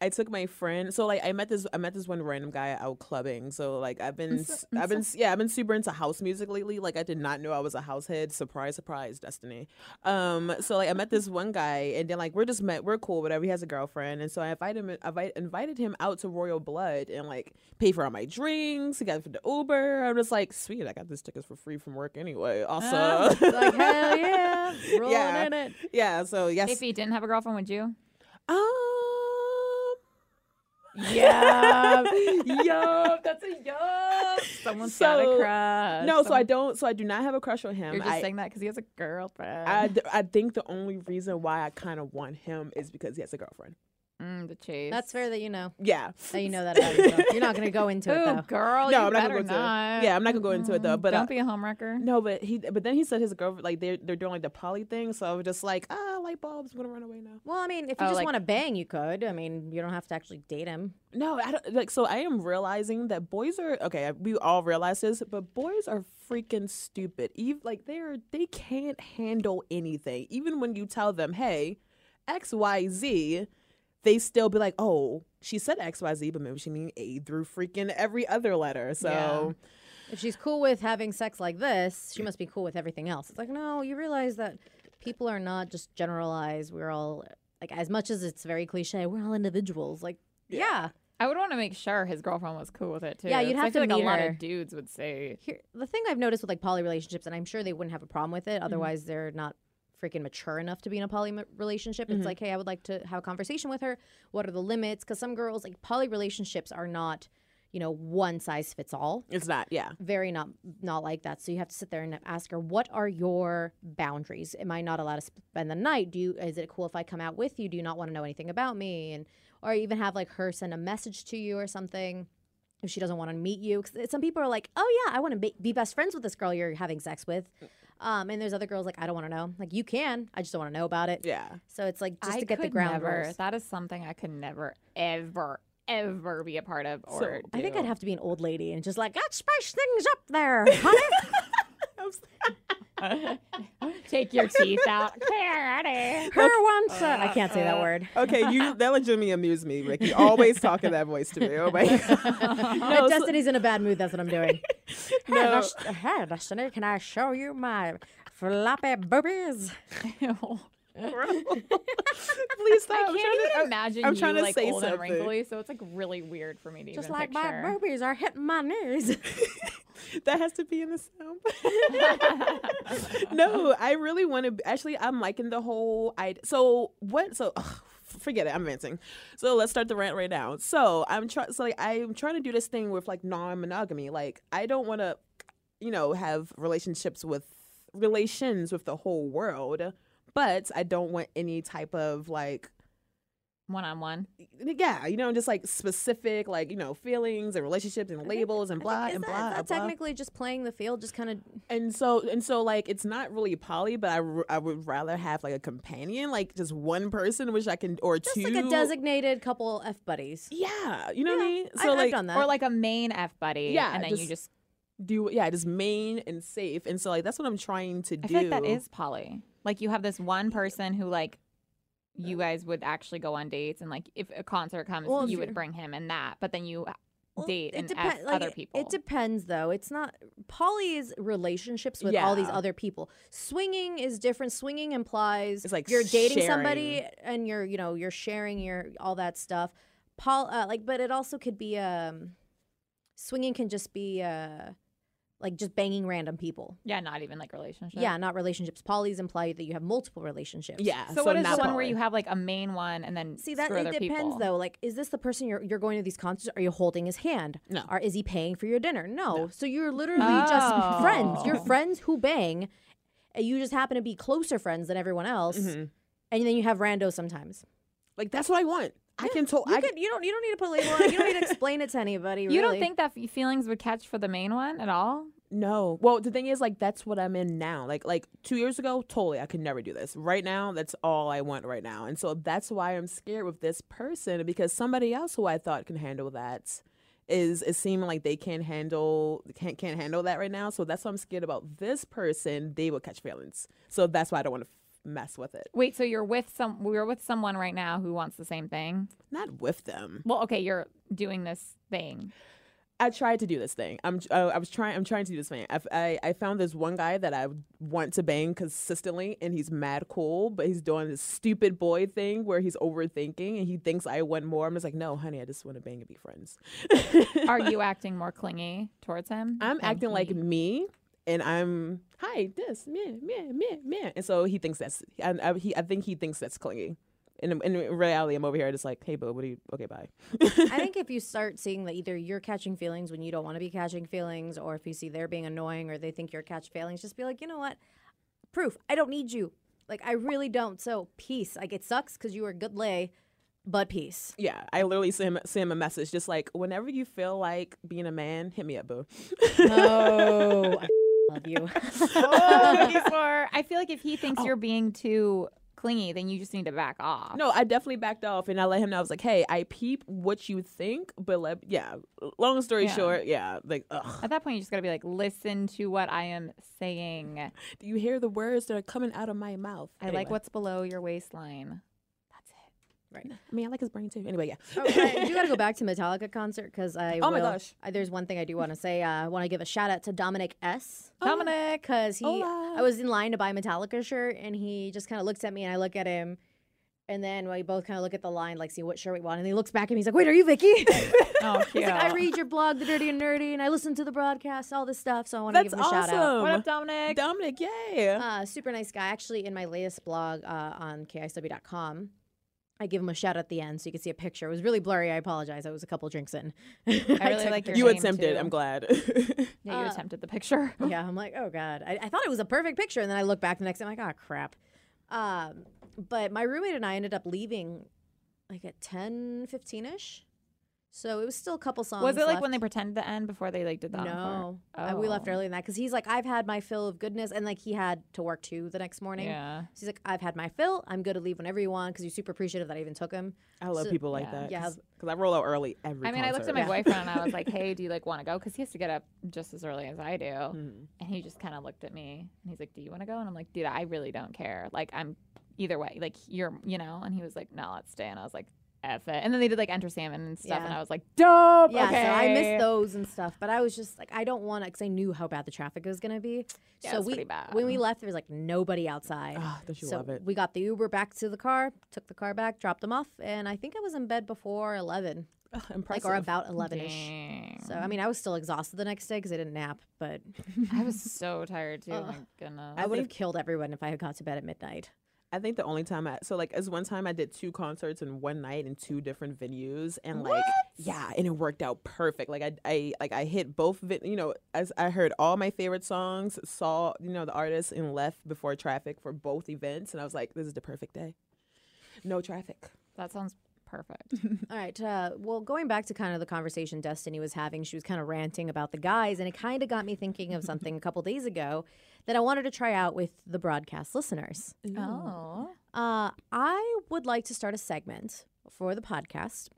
A: I took my friend. So like I met this I met this one random guy out clubbing. So like I've been s I've been s- yeah, I've been super into house music lately. Like I did not know I was a house head. Surprise, surprise, Destiny. Um so like I met this one guy and then like we're just met, we're cool, whatever. He has a girlfriend. And so I invited him I invited him out to Royal Blood and like pay for all my drinks. He got it for the Uber. I'm just like, sweet, I got this tickets for free from work anyway. Also
C: Oh.
B: like hell yeah, rolling
A: Yeah.
B: in it.
A: Yeah, so yes.
C: If he didn't have a girlfriend, would you?
A: um
C: Yeah. yup. That's a yup. Someone's got
A: So-
C: a crush.
A: no, so I
C: Someone-
A: don't. So I do not have a crush on him.
C: You're just
A: I,
C: saying that because he has a girlfriend.
A: I, th- I think the only reason why I kind of want him is because he has a girlfriend.
C: mm, the chase.
B: That's fair that you know
A: Yeah.
B: that you know that about yourself. You're not gonna go into it
C: Ooh,
B: though.
C: girl.
A: no,
C: you
A: I'm not gonna go
C: better
A: into
C: not. Mm,
A: it. Yeah, I'm not gonna go into it though. But
C: don't
A: uh,
C: be a homewrecker.
A: no, but he. But then he said his girlfriend like they're they're doing like the poly thing. So I was just like, ah, light bulbs. I'm gonna run away now.
B: Well, I mean, if
C: Oh,
B: you just
C: like-
B: want to bang, you could. I mean, you don't have to actually date him.
A: No, I don't like. So I am realizing that boys are okay. We all realize this, but boys are freaking stupid. Eve like they're they can't handle anything. Even when you tell them, hey, X Y Z, they still be like, oh, she said X Y Z, but maybe she mean A through freaking every other letter. So.
C: Yeah.
B: If she's cool with having sex like this, she must be cool with everything else. It's like, no, you realize that people are not just generalized. We're all like, as much as it's very cliche, we're all individuals. Like, yeah,
C: I would want to make sure his girlfriend was cool with it too.
B: Yeah, you'd
C: 'cause I
B: have to
C: feel like
B: meet
C: a lot
B: her.
C: of dudes would say.
B: Here, the thing I've noticed with like poly relationships, and I'm sure they wouldn't have a problem with it, otherwise they're not freaking mature enough to be in a poly m- relationship. It's like, hey, I would like to have a conversation with her. What are the limits? Because some girls like poly relationships are not, you know, one size fits all.
A: It's not, yeah.
B: very not not like that. So you have to sit there and ask her, what are your boundaries? Am I not allowed to spend the night? Do you is it cool if I come out with you? Do you not want to know anything about me? And or even have like her send a message to you or something if she doesn't want to meet you. 'Cause some people are like, oh yeah, I want to be, be best friends with this girl you're having sex with. Um, and there's other girls like, I don't want to know. Like you can, I just don't want to know about it.
A: Yeah.
B: So it's like just
C: I
B: to get the
C: could
B: ground
C: never.
B: rules.
C: That is something I could never, ever, ever be a part of. Or
B: I think
C: do.
B: I'd have to be an old lady and just like, let's spice things up there, honey.
C: Take your teeth out. Clarity.
B: Her one son. I can't say that word.
A: Okay, you that legitimately amused me, Ricky. Always talking that voice to me. Oh my god.
B: If
A: No, Oh, so-
B: Destiny's in a bad mood. That's what I'm doing.
A: No.
B: Hey, Dust- hey, Destiny, can I show you my floppy boobies.
C: Ew.
A: Please
C: I
A: stop.
C: can't even
A: I'm trying to-
C: imagine
A: I'm
C: you
A: trying to
C: like
A: say
C: old and
A: something.
C: wrinkly, so it's like really weird for me to
B: Just
C: even
B: like
C: picture.
B: my boobies are hitting my knees.
A: that has to be in the sound. no, I really want to. Actually, I'm liking the whole. I so what? So ugh, forget it. I'm ranting. So let's start the rant right now. So I'm trying. So like I'm trying to do this thing with like non-monogamy. Like I don't want to, you know, have relationships with relations with the whole world. But I don't want any type of like
C: One on one.
A: yeah, you know, just like specific like you know feelings and relationships and labels and blah
B: Mm-hmm. Is
A: and
B: that,
A: blah.
B: is that
A: and blah.
B: technically just playing the field, just kind of
A: And so and so like it's not really poly, but I, r- I would rather have like a companion, like just one person, which I can or
B: just
A: two.
B: like a designated couple f buddies?
A: Yeah, you know what I
B: Yeah,
A: mean.
B: I-
A: So
B: I've
A: like
B: done that.
C: Or like a main F buddy.
A: Yeah,
C: And then you
A: just
C: just
A: do yeah, just main and safe. And so like that's what I'm trying to
C: I
A: do.
C: feel like that is poly. Like you have this one person who like you guys would actually go on dates and like if a concert comes
B: Well, if
C: you
B: you're-
C: would bring him and that, but then you
B: Well,
C: date and
B: depen-
C: F
B: like,
C: other
B: it-
C: people.
B: It depends, though. It's not poly is relationships with all these
A: Yeah.
B: other people. Swinging is different. Swinging implies
A: It's like
B: you're dating somebody and you're you know you're sharing your all that stuff. Paul, uh, like, but it also could be um, swinging can just be uh, like just banging random people.
C: yeah, not even like relationship.
B: Yeah, not relationships. Polys imply that you have multiple relationships.
A: Yeah.
C: So, what is
A: not
C: the one where
A: poly.
C: you have like a main one and then
B: See that
C: screw
B: it
C: other
B: depends
C: people?
B: though. Like, is this the person you're you're going to these concerts? Are you holding his hand?
A: No.
B: Or is he paying for your dinner? No. So you're literally just friends. You're
C: Oh.
B: friends who bang. And you just happen to be closer friends than everyone else.
C: Mm-hmm.
A: Mhm.
B: And then you have randos sometimes.
A: like that's what I want. I can tell.
B: You
A: I
B: could- you don't you don't need to put a label on it. You don't need to explain it to anybody.
C: You don't
B: really.
C: think that f- feelings would catch for the main one at all?
A: No. Well, the thing is, like, that's what I'm in now. Like, like two years ago, totally, I could never do this. Right now, that's all I want right now, and so that's why I'm scared with this person because somebody else who I thought can handle that is is seeming like they can't handle can't can't handle that right now. So that's why I'm scared about this person. They will catch feelings, so that's why I don't want to mess with it.
C: Wait, so you're with some we're with someone right now who wants the same thing?
A: Not with them.
C: Well, okay, you're doing this thing.
A: I tried to do this thing. I'm uh, I was trying I'm trying to do this thing. I, I, I found this one guy that I want to bang consistently, and he's mad cool, but he's doing this stupid boy thing where he's overthinking and he thinks I want more. I'm just like, no, honey, I just want to bang and be friends.
C: Are you acting more clingy towards him?
A: I'm
C: than
A: acting like
C: he?
A: me, and I'm hi this man man man man, and so he thinks that's and I, he I think he thinks that's clingy. And in, in reality, I'm over here just like, hey, boo, what are you? Okay, bye.
B: I think if you start seeing that either you're catching feelings when you don't want to be catching feelings, or if you see they're being annoying or they think you're catch feelings, just be like, you know what? Proof. I don't need you. Like I really don't. So peace. Like it sucks because you were a good lay, but peace.
A: Yeah, I literally sent him, sent him a message just like, whenever you feel like being a man, hit me up, boo.
B: No, I love you.
C: Oh, cookies for- I feel like if he
B: Oh.
C: thinks you're being too clingy, then you just need to back off.
A: No, I definitely backed off and I let him know. I was like, hey, I peep what you think, but let, yeah, long story
C: Yeah.
A: short, yeah, like, ugh.
C: At that point, you just gotta be like, listen to what I am saying.
A: Do you hear the words that are coming out of my mouth?
C: I like what's below your waistline. That's it.
A: Right. I mean, I like his brain too. Anyway, yeah.
B: Oh, I do got to go back to Metallica concert because I.
A: Oh my
B: will-
A: gosh.
B: I, there's one thing I do want to say. Uh, I want to give a shout out to Dominic S.
C: Dominic.
B: because he
A: Oh, Hola.
B: I was in line to buy a Metallica shirt and he just kind of looks at me and I look at him and then we both kind of look at the line like see what shirt we want and he looks back at me he's like wait are you Vicky He's
C: Oh, cute.
B: like, I read your blog The Dirty and Nerdy and I listen to the broadcast all this stuff so I want to
A: That's
B: give him a shout out.
A: awesome.
C: What up, Dominic?
A: Dominic, yay.
B: Uh, super nice guy actually in my latest blog uh, on kisw.com. I give him a shout at the end so you can see a picture. It was really blurry. I apologize. I was a couple drinks in.
C: I really like your
A: you
C: name,
A: attempted.
C: too.
A: I'm glad.
C: Yeah, you
B: Uh,
C: attempted the picture.
B: yeah, I'm like, oh god, I, I thought it was a perfect picture, and then I look back the next day, I'm like, oh crap. Um, but my roommate and I ended up leaving like at 10, 15 ish, so it was still a couple songs.
C: Was it like when they
B: left.
C: pretended the end before they like did the encore?
B: No, I- we left
C: Oh.
B: earlier than that because he's like, I've had my fill of goodness, and like he had to work too the next morning.
C: Yeah.
B: So he's like, I've had my fill. I'm good to leave whenever you want because you're super appreciative that I even took him.
A: I love
B: So-
A: people like
C: yeah.
A: that.
B: Yeah.
A: Because I roll out early every
C: I mean, I looked at my
A: concert.
C: boyfriend and I was like, "Hey, do you like want to go?" Because he has to get up just as early as I do,
A: Mhm.
C: and he just kind of looked at me and he's like, "Do you want to go?" And I'm like, "Dude, I really don't care. Like, I'm either way. Like, you're, you know." And he was like, "No, let's stay." And I was like, F it. And then they did like Enter Salmon and stuff, and
B: Yeah.
C: I was like, dope.
B: Yeah,
C: okay.
B: so I missed those and stuff, but I was just like, I don't want to, because I knew how bad the traffic was gonna be.
C: Yeah,
B: so
C: it's
B: we,
C: pretty bad.
B: when we left, there was like nobody outside.
A: Ah, don't you
B: so
A: love it?
B: we got the Uber back to the car, took the car back, dropped them off, and I think I was in bed before eleven,
A: Ugh,
B: like
A: impressive.
B: or about eleven ish.
C: Dang.
B: So I mean, I was still exhausted the next day because I didn't nap, but
C: I was so tired too. my goodness.
B: I would have
A: think-
B: killed everyone if I had gone to bed at midnight.
A: I think the only time I so like as one time I did two concerts in one night in two different venues and like yeah and it worked out perfect like I I like I hit both vi- you know as I heard all my favorite songs saw you know the artists and left before traffic for both events and I was like this is the perfect day no traffic
C: that sounds perfect.
B: All right. Uh, well, going back to kind of the conversation Destiny was having, she was kind of ranting about the guys, and it kind of got me thinking of something a couple days ago that I wanted to try out with the broadcast listeners.
C: oh.
B: Uh, I would like to start a segment for the podcast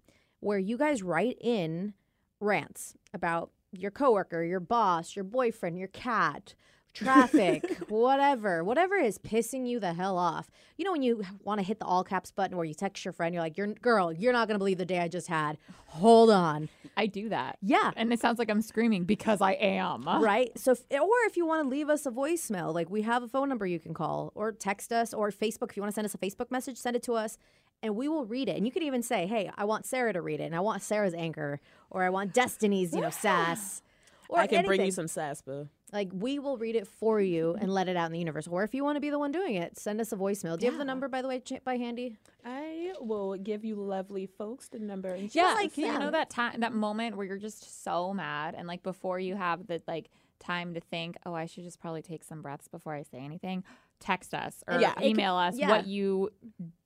B: where you guys write in rants about your coworker, your boss, your boyfriend, your cat, traffic, whatever, whatever is pissing you the hell off. You know when you want to hit the all caps button where you text your friend, you're like, "Your girl, you're not gonna believe the day I just had. Hold on,
C: I do that.
B: yeah."
C: And it sounds like I'm screaming because I am.
B: Right. So, if, or if you want to leave us a voicemail, like we have a phone number you can call or text us or Facebook. If you want to send us a Facebook message, send it to us and we will read it. And you can even say, hey, I want Sarah to read it and I want Sarah's anger or I want Destiny's, you know, sass. Or
A: I can bring you
B: anything.
A: some saspa
B: Like we will read it for you and let it out in the universe. Or if you want to be the one doing it, send us a voicemail. Do you have the number, by the way, ch- by handy?
A: I will give you lovely folks the number and
C: Yeah,
B: like
C: like you
B: that.
C: know that time, that moment where you're just so mad, and like before you have the like time to think, oh, I should just probably take some breaths before I say anything. Text us or
A: Yeah, it can-
C: email us
B: yeah.
C: what you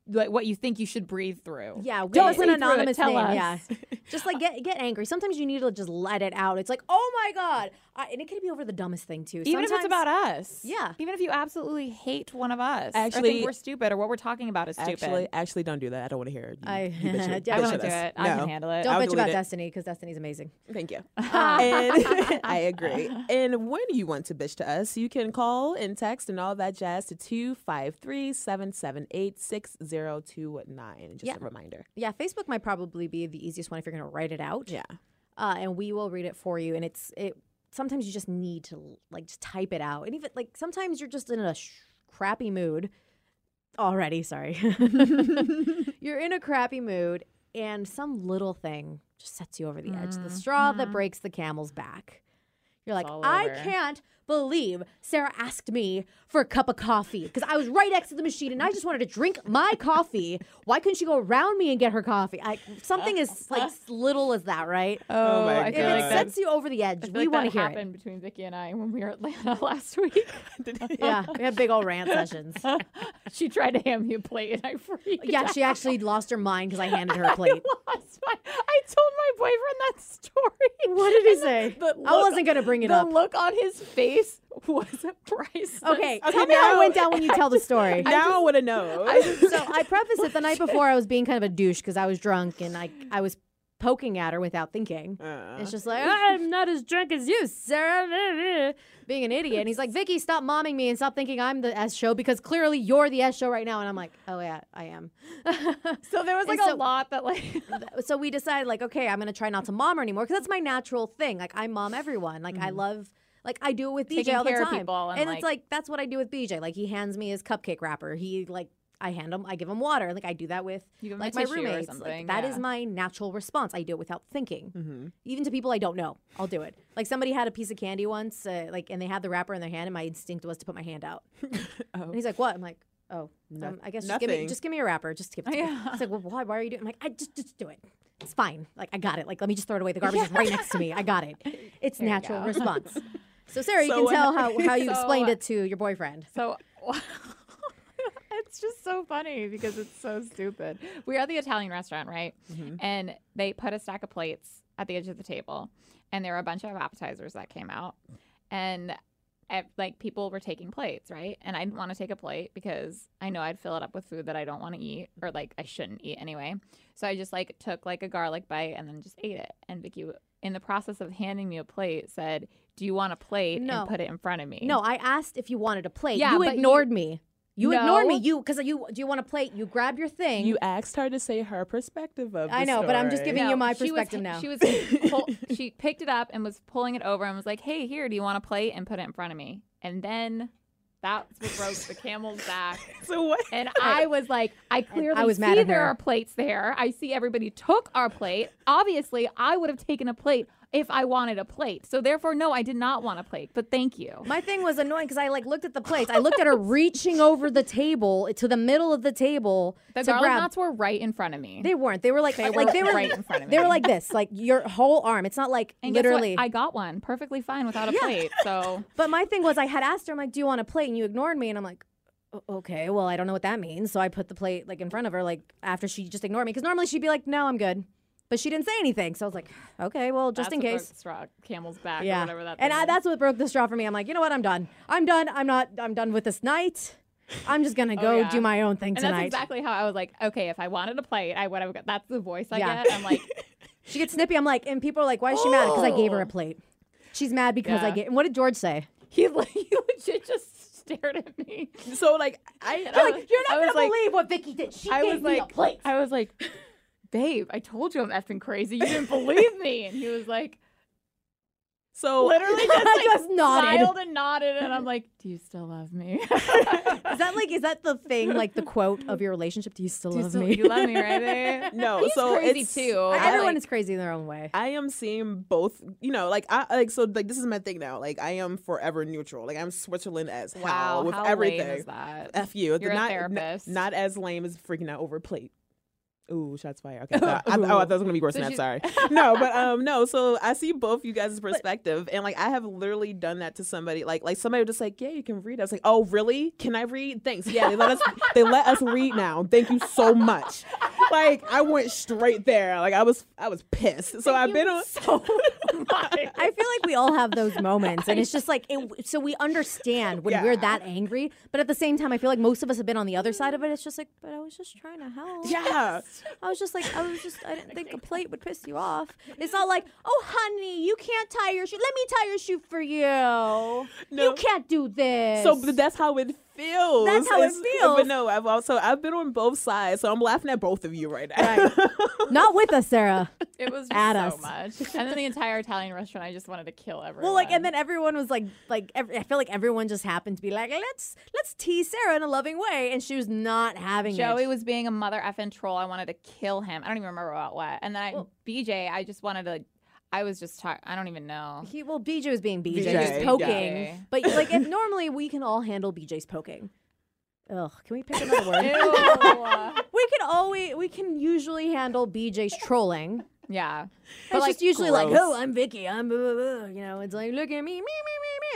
C: like, what you think you should breathe through.
B: Yeah,
C: Don't
B: it's an
C: sleep through it,
B: anonymous
C: tell
B: name.
C: us.
B: Yeah, just like get get angry. Sometimes you need to just let it out. It's like, oh my god, I, and it could be over the dumbest thing too.
C: Even if it's
B: Sometimes-
C: about us.
B: Yeah.
C: Even if you absolutely hate one of us or
A: Actually-
C: think we're stupid or what we're talking about is stupid.
A: actually actually don't do that I don't want to hear it you,
B: I-
A: you bitch it-
B: I
C: I
B: bitch
C: won't
A: at
C: do
A: us.
C: it. I
A: No.
C: can handle it.
B: Don't
A: I'll
B: bitch
A: delete
B: about
A: it.
B: Destiny because Destiny's amazing.
A: Thank you. and I agree. And when you want to bitch to us, you can call and text and all that jazz to 253 778 6029. Just
B: Yeah.
A: a reminder.
B: Yeah, Facebook might probably be the easiest one if you're going to write it out.
A: Yeah.
B: uh, and we will read it for you. And it's it. Sometimes you just need to like just type it out, and even like sometimes you're just in a sh- crappy mood already. Sorry, you're in a crappy mood, and some little thing just sets you over the edge.
A: Mm-hmm.
B: The straw that breaks the camel's back. You're like,
C: all
B: I
C: over."
B: can't believe Sarah asked me for a cup of coffee because I was right next to the machine and I just wanted to drink my coffee. Why couldn't she go around me and get her coffee? Like something as like s- little as that, right?
A: Oh my
C: I
B: If
C: feel
A: God.
B: it
C: like that-
B: sets you over the edge,
C: I feel
B: we
C: like
B: want
C: that
B: to hear
C: happened between Vicky and I when we were at Atlanta last week.
B: it. Yeah, we had big old rant sessions.
C: she tried to hand me a plate and I freaked
B: Yeah,
C: out.
B: she actually lost her mind because I handed her a plate.
C: lost my, I told my boyfriend that story.
B: What did he say?
C: The
B: I
C: look-
B: wasn't gonna bring it
C: the
B: up.
C: look on his face was priceless.
B: Okay,
A: Okay,
B: tell me how it
A: now-
B: went down when you tell the story.
A: Now I, want to know.
B: so I preface it the night before I was being kind of a douche because I was drunk and I I was poking at her without thinking.
A: Uh,
C: Uh-huh.
B: It's just like I'm not as drunk as you, Sarah. Being an idiot. And he's like, Vicky, stop momming me and stop thinking I'm the S show because clearly you're the S show right now. And I'm like, oh yeah, I am.
C: So there was
B: And
C: like
B: so-
C: a lot that like
B: so we decided like okay i'm gonna try not to mom her anymore because that's my natural thing like i mom everyone like i love like i do it with bj
C: Mm-hmm. Taking
B: all the
C: care of
B: time
C: people and,
B: it's
C: like-
B: like that's what i do with bj like he hands me his cupcake wrapper he like i hand him i give him water like i do that with
C: You give him a
B: like my
C: tissue or
B: roommates like
C: something,
B: that is
C: yeah. Mm-hmm.
B: my natural response i do it without thinking
A: mm-hmm.
B: even to people i don't know i'll do it like somebody had a piece of candy once uh, like and they had the wrapper in their hand and my instinct was to put my hand out and he's like what i'm like Oh, um, I guess just give me
A: nothing.
B: just give me a wrapper. Just give it to me.
C: Yeah.
B: It's like, well, why? Why are you doing? I'm like, I just just do it. It's fine. Like I got it. Like let me just throw it away. The garbage is right next to me. I got it. It's
C: you
B: natural
C: go.
B: response. So Sarah, you
A: So
B: can
A: what
B: tell how how you
C: So-
B: explained it to your boyfriend.
C: So it's just so funny because it's so stupid. We are at the Italian restaurant, right?
A: mm-hmm.
C: And they put a stack of plates at the edge of the table, and there were a bunch of appetizers that came out, and ev- like people were taking plates, right? And I didn't want to take a plate because I know I'd fill it up with food that I don't want to eat or like I shouldn't eat anyway. So I just like took like a garlic bite and then just ate it. And Vicky, in the process of handing me a plate, said, "Do you want a plate?"
B: No.
C: and put it in front of me.
B: No, I asked if you wanted a plate.
C: Yeah,
B: you
C: but you-
B: ignored me. You ignored me.
C: No.
B: You because you do you want to play? You grab your thing.
A: You asked her to say her perspective of.
B: I
A: the
B: know, but I'm just
A: story.
B: giving you my
C: she was-
B: perspective now.
C: She was pull, she picked it up and was pulling it over and was like, "Hey, here, do you want a plate?" and put it in front of me. And then that's what broke the camel's back.
A: So what?
C: And I was like, I clearly
B: was
C: see
B: mad at
C: there
B: her.
C: are plates there. I see everybody took our plate. Obviously, I would have taken a plate if I wanted a plate. So therefore, no, I did not want a plate. But thank you.
B: My thing was annoying because I like looked at the plates. I looked at her reaching over the table to the middle of the table
C: The
B: to
C: garlic
B: grab.
C: knots were right in front of me.
B: They weren't. They were like like they were
C: right in front of
B: They were
C: me.
B: like this, like your whole arm. It's not like
C: and guess what?
B: literally.
C: I got one perfectly fine without a plate. So
B: but my thing was, I had asked her, I'm like, "Do you want a plate?" And you ignored me, and I'm like, "O- "Okay, well, I don't know what that means." So I put the plate like in front of her, like after she just ignored me, because normally she'd be like, "No, I'm good," but she didn't say anything. So I was like, "Okay, well, just
C: that's
B: in
C: what broke
B: case."
C: the straw, camel's back or
B: Yeah,
C: whatever that.
B: and
C: thing
B: I,
C: is.
B: that's what broke the straw for me. I'm like, you know what? I'm done. I'm done. I'm not. I'm done with this night. I'm just gonna go
C: Oh, yeah.
B: do my own thing
C: and
B: tonight.
C: that's exactly how I was like, okay, if I wanted a plate, I would have. got- That's the voice I
B: Yeah.
C: get. I'm like,
B: She gets snippy. I'm like, and people are like, why is she mad? Because I gave her a plate. She's mad because I
C: Oh. Yeah.
B: gave. What did George say?
C: he, like, he legit just stared at me.
A: So like I,
C: I
A: I
C: was- I was like-
B: believe what Vicky did. She
C: I was like, I was like, babe, I told you I'm effing crazy. You didn't believe me. And he was like,
A: so
C: literally just,
B: I
C: like,
B: just nodded.
C: smiled and nodded. And I'm like, do you still love me?
B: Is that like, is that the thing, like the quote of your relationship? Do you still
C: do you
B: love
C: still
B: me?
C: you love me, right? babe?
A: no.
C: He's
A: so
C: crazy
A: it's,
C: too.
B: I-
C: but, like,
B: Everyone is crazy in their own way.
A: I am seeing both, you know, like I like so like this is my thing now. Like I am forever neutral. Like I'm Switzerland as hell
C: wow,
A: with
C: how
A: everything.
C: lame is that?
A: F you.
C: You're a
A: not,
C: therapist.
A: N- not as lame as freaking out over plate. Ooh, shots fired. Okay. I thought, I, oh, I thought it was gonna be worse
C: So
A: than that.
C: she's-
A: Sorry. No, but um, no. So I see both you guys' perspective, and like I have literally done that to somebody. Like, like somebody was just like, "Yeah, you can read." I was like, "Oh, really? Can I read?" Thanks. Yeah, they let us. they let us read now. Thank you so much. Like I went straight there. Like I was, I was pissed. So I've been on.
C: so much.
B: I feel like we all have those moments, and it's just like, it, so we understand when
A: Yeah.
B: we're that angry, but at the same time, I feel like most of us have been on the other side of it. It's just like, but I was just trying to help.
A: Yeah.
B: I was just like, I was just, I didn't think a plate would piss you off. It's not like, oh, honey, you can't tie your shoe. Let me tie your shoe for you. You
A: No.
B: can't do this.
A: So but that's how it feels.
B: That's how it feels.
A: But no, I've also I've been on both sides, so I'm laughing at both of you right now.
B: not with us, Sarah.
C: It was just
B: At
C: so
B: us.
C: much. And then the entire Italian restaurant, I just wanted to kill everyone.
B: Well, like, and then everyone was like, like, ev- I feel like everyone just happened to be like, let's let's tease Sarah in a loving way, and she was not having
C: Joey
B: it.
C: was being a mother effing troll. I wanted to kill him. I don't even remember about what. And then I, BJ, I just wanted to. like, I was just talking. I don't even know.
B: He, well, BJ was being BJ.
A: BJ,
B: he was
A: yeah.
B: poking,
C: BJ.
B: but like, if normally we can all handle BJ's poking. Ugh, can we pick another
C: Ew.
B: word? we can always, we can usually handle BJ's trolling.
C: yeah.
B: It's
C: like,
B: just usually like,
A: gross.
B: oh, I'm Vicky, I'm, blah, blah, blah," you know, it's like, look at me, me, me, me,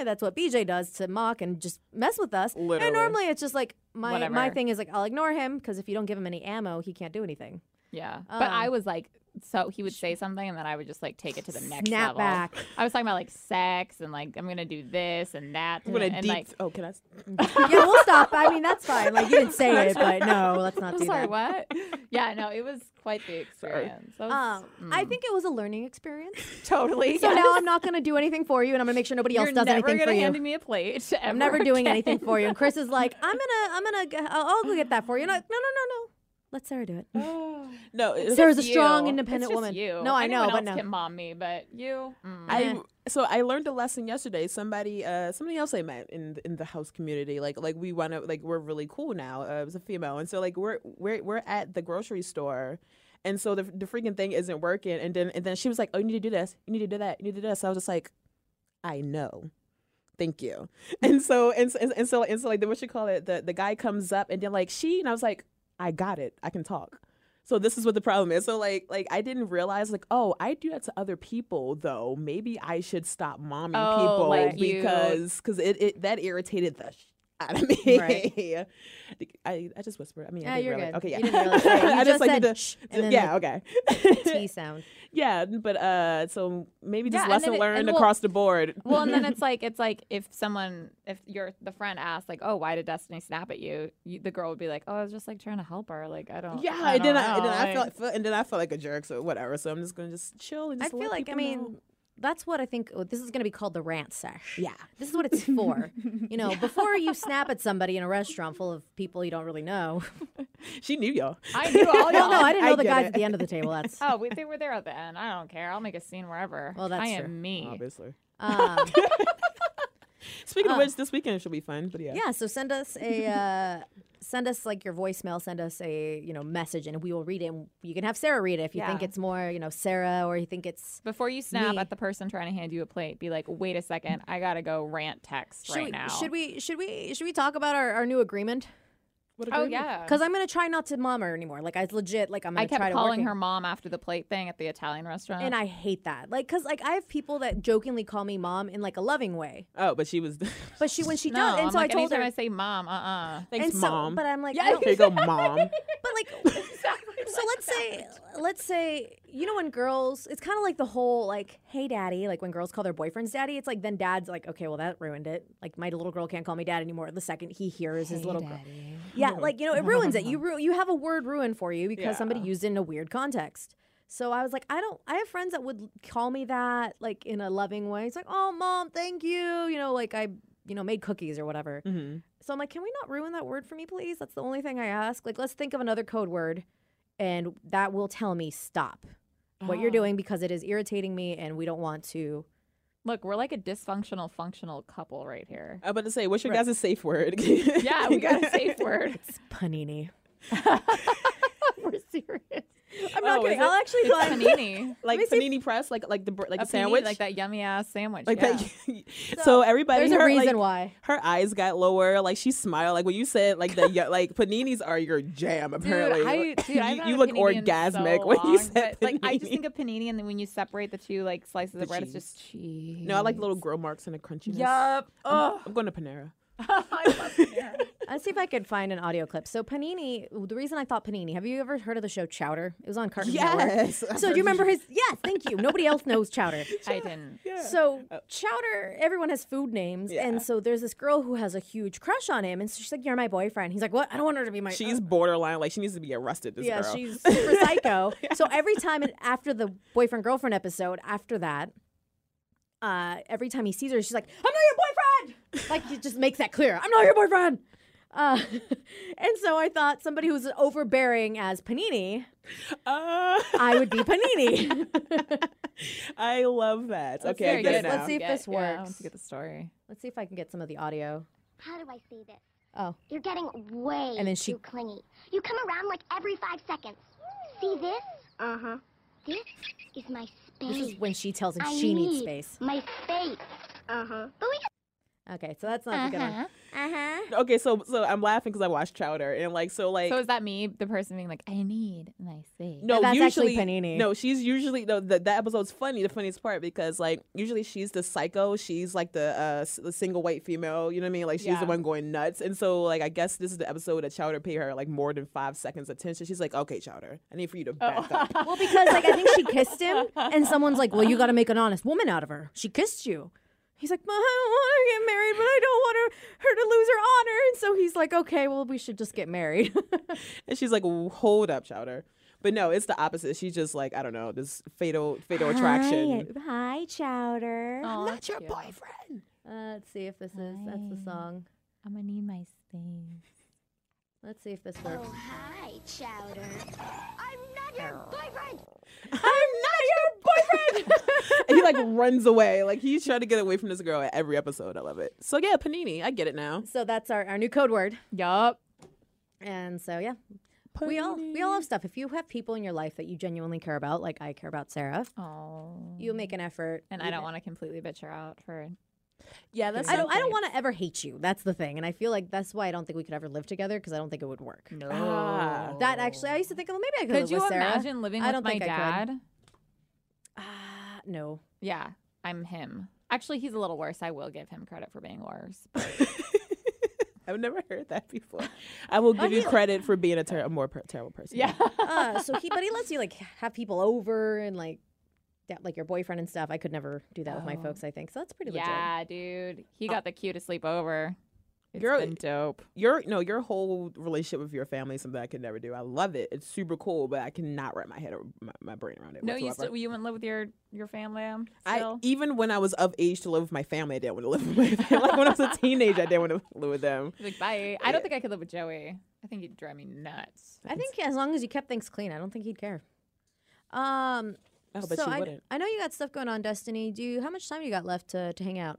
B: me. That's what BJ does to mock and just mess with us.
A: Literally.
B: And normally it's just like, my, my
C: Whatever.
B: thing is like, I'll ignore him because if you don't give him any ammo, he can't do anything.
C: Yeah. but
B: Um,
C: I was like, so he would say something, and then I would just like take it to the next
B: Snap
C: level.
B: back.
C: I was talking about like sex and like I'm gonna do this and that
A: I'm gonna
C: and
A: deep.
C: like.
A: oh, can I? s-
B: yeah, we'll stop. I mean, that's fine. Like, you didn't say it, but no, let's not
C: I'm
B: do
C: sorry,
B: that.
C: what? yeah, no, it was quite the experience. That was-
B: Um, I
C: mm.
B: think it was a learning experience.
C: totally.
B: So
C: yes.
B: now I'm not going to do anything for you, and I'm going to make sure nobody else
C: You're
B: does
C: never
B: anything
C: gonna
B: for you.
C: hand me a plate.
B: I'm never doing anything for you. And Chris is like, I'm gonna, I'm gonna, g- I'll, I'll go get that for you. And I'm like, no, no, no, no. Let Sarah do it.
C: anything.
A: No, it's-
B: Sarah's a
C: you.
B: strong, independent
C: It's just
B: woman.
C: you.
B: No, I
C: Anyone
B: know, but
C: else
B: no.
C: Can mom me, but you. mm.
A: I so I learned a lesson yesterday. Somebody, uh, somebody else I met in th- in the house community, like like we want to like we're really cool now. Uh, it was a female, and so like we're we're we're at the grocery store. And so the, the freaking thing isn't working, and then and then she was like, "Oh, you need to do this, you need to do that, you need to do this." I was just like, "I know, thank you." And so and so and so and so like the what you call it, the the guy comes up, and then like she and I was like, "I got it, I can talk." So this is what the problem is. So like like I didn't realize like oh I do that to other people though. Maybe I should stop momming
C: Oh,
A: people
C: like you-
A: because because it, it that irritated the sh- out of me.
B: Right.
A: I, I just whispered. I mean,
B: Yeah,
A: I didn't
B: you're
A: realize.
B: good.
A: Okay, yeah.
B: You didn't realize. Yeah, you
A: I
B: just
A: just like
B: said
A: did the-
B: shh, and then
A: yeah,
B: T
A: okay.
B: sound.
A: yeah, but uh, so maybe just
C: Yeah, and
A: lesson
C: then it-
A: learned
C: and well-
A: across the board.
C: well, and then it's like it's like if someone if your the friend asks like, oh, why did Destiny snap at you? you? The girl would be like, oh, I was just like trying to help her. Like I don't.
A: yeah,
C: I
A: and
C: don't
A: then I, and
C: know,
A: then I
C: like-
A: felt, felt and then I felt like a jerk. So whatever. So I'm just gonna just chill and
B: I
A: just let
B: feel like, I
A: people
B: mean,
A: know.
B: that's what I think oh, this is going to be called the rant sesh.
A: Yeah.
B: This is what it's for. you know, before you snap at somebody in a restaurant full of people you don't really know.
A: She knew y'all.
C: I knew all
B: Well,
C: y'all.
B: no, I didn't know
A: I
B: the
A: get
B: guys
A: it.
B: at the end of the table. That's
C: Oh, we, they were there at the end. I don't care. I'll make a scene wherever.
B: Well, that's
C: I am
B: true.
C: me.
A: Obviously.
B: um,
A: Speaking of
B: Uh.
A: which, this weekend should be fun. But yeah.
B: yeah. So send us a uh, send us like your voicemail. Send us a you know message, and we will read it. And you can have Sarah read it if you think
C: Yeah.
B: it's more you know Sarah, or you think it's
C: Before you snap
B: Me.
C: at the person trying to hand you a plate, be like, "Wait a second, I gotta go rant text
B: should
C: right
B: we,
C: now."
B: Should we should we should we talk about our, our new agreement?
A: What
C: Oh
A: agreement?
C: yeah,
B: Because I'm gonna try not to mom her anymore. Like I legit like I'm gonna
C: I kept
B: try to
C: calling
B: work it-
C: her mom after the plate thing at the Italian restaurant.
B: and I hate that. Like, cause like I have people that jokingly call me mom in like a loving way,
A: Oh, but she was.
B: but she when she
C: no,
B: does, and
C: I'm
B: so
C: like,
B: I told her,
C: anytime I say mom, uh, uh
A: Thanks,
B: and so,
A: mom.
B: but I'm like,
C: Yeah.
B: I don't-
A: There you go, mom.
B: but like, so let's say, let's say, you know, when girls, it's kind of like the whole like, hey, daddy, like when girls call their boyfriends daddy, it's like then dad's like, okay, well that ruined it. Like my little girl can't call me dad anymore. The second he hears his little girl, yeah, like you know, it ruins it. You ru- you have a word ruined for you because somebody used it in a weird context. So I was like, I don't. I have friends that would call me that like in a loving way. It's like, oh, mom, thank you. You know, like I, you know, made cookies or whatever.
A: Mhm.
B: So I'm like, can we not ruin that word for me, please? That's the only thing I ask. Like, let's think of another code word, and that will tell me stop what you're
A: Ah.
B: doing because it is irritating me, and we don't want to.
C: Look, we're like a dysfunctional functional couple right here.
A: I was about to say, what's your
B: Right.
A: guys' safe word?
C: Yeah, we got a safe word.
B: It's panini.
C: we're serious.
B: I'm not
A: Oh,
B: kidding.
A: is it-
B: I'll actually
C: It's
B: find.
C: panini.
A: Like
B: me see
A: panini press, like like the br- like
C: A
A: the
C: panini,
A: sandwich,
C: like that yummy ass sandwich.
A: Like
C: yeah.
A: that. So,
B: So,
A: everybody,
B: There's a
A: her,
B: reason
A: like,
B: why.
A: her eyes got lower. Like she smiled. Like when you said, like the yo- like paninis are your jam. Apparently,
C: Dude, I, dude, I
A: you,
C: haven't
A: you
C: had a
A: look
C: panini in
A: orgasmic
C: so
A: when you
C: long,
A: said
C: but, like I just
A: panini.
C: think of panini, and then when you separate the two like slices
A: The
C: of bread,
A: cheese.
C: it's just cheese.
A: No, I like the little grill marks and the crunchiness.
C: Yup. Oh,
A: I'm going to Panera.
C: I love Panera.
B: Let's see if I could find an audio clip. So panini. The reason I thought panini. Have you ever heard of the show Chowder? It was on Cartoon Network. So do you remember his? Yes, thank you. Nobody else knows Chowder.
C: I didn't.
A: Yeah.
B: So Chowder, everyone has food names,
A: Uh, Yeah.
B: and so there's this girl who has a huge crush on him, and so she's like, "You're my boyfriend." He's like, "What? I don't want her to be my." uh,
A: she's borderline. Like she needs to be arrested. This
B: yeah,
A: girl.
B: she's super psycho. So every time and after the boyfriend girlfriend episode, after that, uh, every time he sees her, she's like, "I'm not your boyfriend." Like he just makes that clear. I'm not your boyfriend. Uh, and so I thought somebody who's overbearing as Panini,
A: Uh,
B: I would be Panini.
A: I love that.
C: That's
A: okay, I
C: very
A: get
C: good.
A: it now.
B: Let's see if
C: Get-
B: this
C: yeah,
B: works.
C: Let's get the story.
B: Let's see if I can get some of the audio.
D: How do I say this?
B: Oh,
D: You're getting way
B: And then she-
D: too clingy. You come around like every five seconds. See this? Uh huh. This is my space.
B: this is when she tells him
D: I
B: she needs
D: need
B: space.
D: My space. Uh huh. But we
B: Okay, so that's not a good one.
D: Uh huh.
A: Okay, so so I'm laughing because I watched Chowder and like so like
C: So is that me, the person being like, I need my seat?
A: no
B: that's actually
A: usually
B: Panini.
A: no she's usually no that that episode's funny the funniest part because like usually she's the psycho she's like the uh s- the single white female you know what I mean like she's
C: Yeah.
A: the one going nuts and so like I guess this is the episode that Chowder paid her like more than five seconds attention she's like okay Chowder I need for you to back up
B: Well, because like I think she kissed him, and someone's like, "Well, you got to make an honest woman out of her. She kissed you." He's like, "Well, "I don't want to get married, but I don't want her, her to lose her honor." And so he's like, "Okay, well, we should just get married."
A: And she's like, "W- hold up, Chowder. But no, it's the opposite. She's just like, I don't know, this fatal fatal attraction.
B: Hi, hi Chowder.
C: Aw, that's cute.
A: boyfriend.
B: Uh, let's see if this is that's the
C: Hi.
B: song.
C: I'm gonna need my space.
B: Let's see if this works.
D: Oh, hi, Chowder. Oh. I'm not your boyfriend.
A: I'm not your boyfriend. and he like runs away. Like he's trying to get away from this girl at every episode. I love it. So yeah, Panini, I get it now.
B: So that's our, our new code word.
C: Yup.
B: And so yeah, we all we all have stuff. If you have people in your life that you genuinely care about, like I care about Sarah,
C: Oh.
B: you make an effort.
C: And I
B: even-
C: don't want to completely bitch her out for.
A: Yeah, that's
B: I don't. I don't
C: Something.
B: want to ever hate you. That's the thing, and I feel like that's why I don't think we could ever live together because I don't think it would work.
C: No.
A: Ah.
B: That actually, I used to think, well, maybe I
C: Could
B: could. live
C: you
B: with Sarah.
C: imagine living
B: I
C: with
B: don't
C: my
B: think I
C: dad?
B: could. Ah, no.
C: Yeah, I'm him. Actually, he's a little worse. I will give him credit for being worse.
A: I've never heard that before. I will give you credit for being a, ter- a more per- terrible person.
C: Yeah.
B: Uh, so he, but he lets you like have people over and like, that, like your boyfriend and stuff. I could never do that with my
C: Oh.
B: folks. I think so. That's pretty legit.
C: yeah, dude. He got the cutest sleepover. It's
A: Girl,
C: been dope.
A: Your no, your whole relationship with your family is something I could never do. I love it. It's super cool, but I cannot wrap my head or my, my brain around it.
C: No, you
A: whatsoever.
C: still you wouldn't live with your your family. Um,
A: I
C: still?
B: e
A: even when I was of age to live with my family, I didn't want to live with my family. Like when I was a teenager, I didn't want to live with them.
C: Be like bye. I don't think I could live with Joey. I think he'd drive me nuts.
B: I think as long as you kept things clean, I don't think he'd care. Um,
A: Oh, but
B: so
A: you
B: I,
A: wouldn't.
B: I know you got stuff going on, Destiny. Do you, how much time you got left to, to hang out?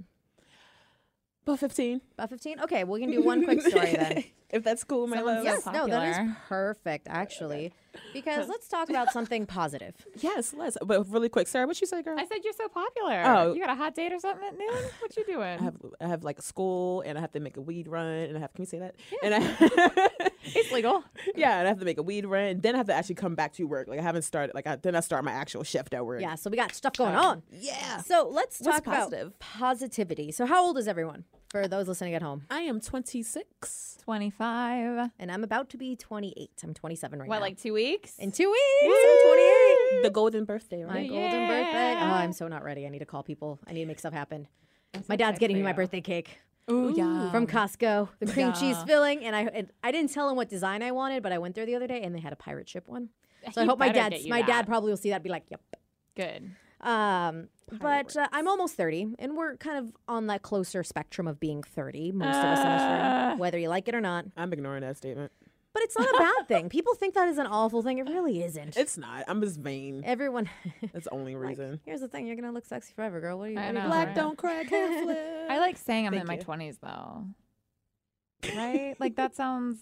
A: About fifteen.
B: About fifteen. Okay, we can do one quick story then.
A: if that's cool, my
C: Someone's
A: love.
C: Yes.
B: Yes, no, that is
C: Popular.
B: perfect actually, because let's talk about something positive.
A: Yes, let's. But really quick, Sarah, what you say, girl?
C: I said you're so popular.
A: Oh.
C: you got a hot date or something at noon? What you doing?
A: I have I have like school and I have to make a weed run and I have can we say that? And I
C: it's legal.
A: Yeah, and I have to make a weed run and then I have to actually come back to work. Like I haven't started like I, then I start my actual shift at work.
B: Yeah, so we got stuff going on.
A: Yeah.
B: So let's
A: What's
B: talk about
A: positive?
B: positivity. So how old is everyone? For those listening at home,
A: I am twenty six.
C: Twenty five.
B: and I'm about to be 28. I'm 27 right
C: What,
B: now.
C: like two weeks?
B: in two weeks? I'm 28.
A: The golden birthday,
B: My
A: right?
C: Yeah.
B: golden birthday. Oh, I'm so not ready. I need to call people. I need to make stuff happen. my dad's getting me my birthday cake
C: Ooh, yeah.
B: from Costco, the cream cheese
C: Yeah.
B: filling, and I and I didn't tell him what design I wanted, but I went there the other day and they had a pirate ship one. So I
C: He
B: hope my
C: better
B: dad
C: get you
B: my
C: that.
B: dad probably will see that and be like, "Yep."
C: Good.
B: Um, but uh, I'm almost 30, and we're kind of on that closer spectrum of being 30. Most of us in
C: Ah.
B: this room, whether you like it or not.
A: I'm ignoring that statement.
B: But it's not a bad thing. People think that is an awful thing. It really isn't.
A: It's not. I'm just vain.
B: Everyone.
A: That's the only
B: like,
A: reason.
B: here's the thing: you're gonna look sexy forever, girl. What are you?
C: I
B: what are you
C: know,
B: gonna
C: right?
B: do?
A: don't cry, can't flip.
C: I like saying I'm
A: Thank
C: in my
A: you.
C: twenties though. Right? like that sounds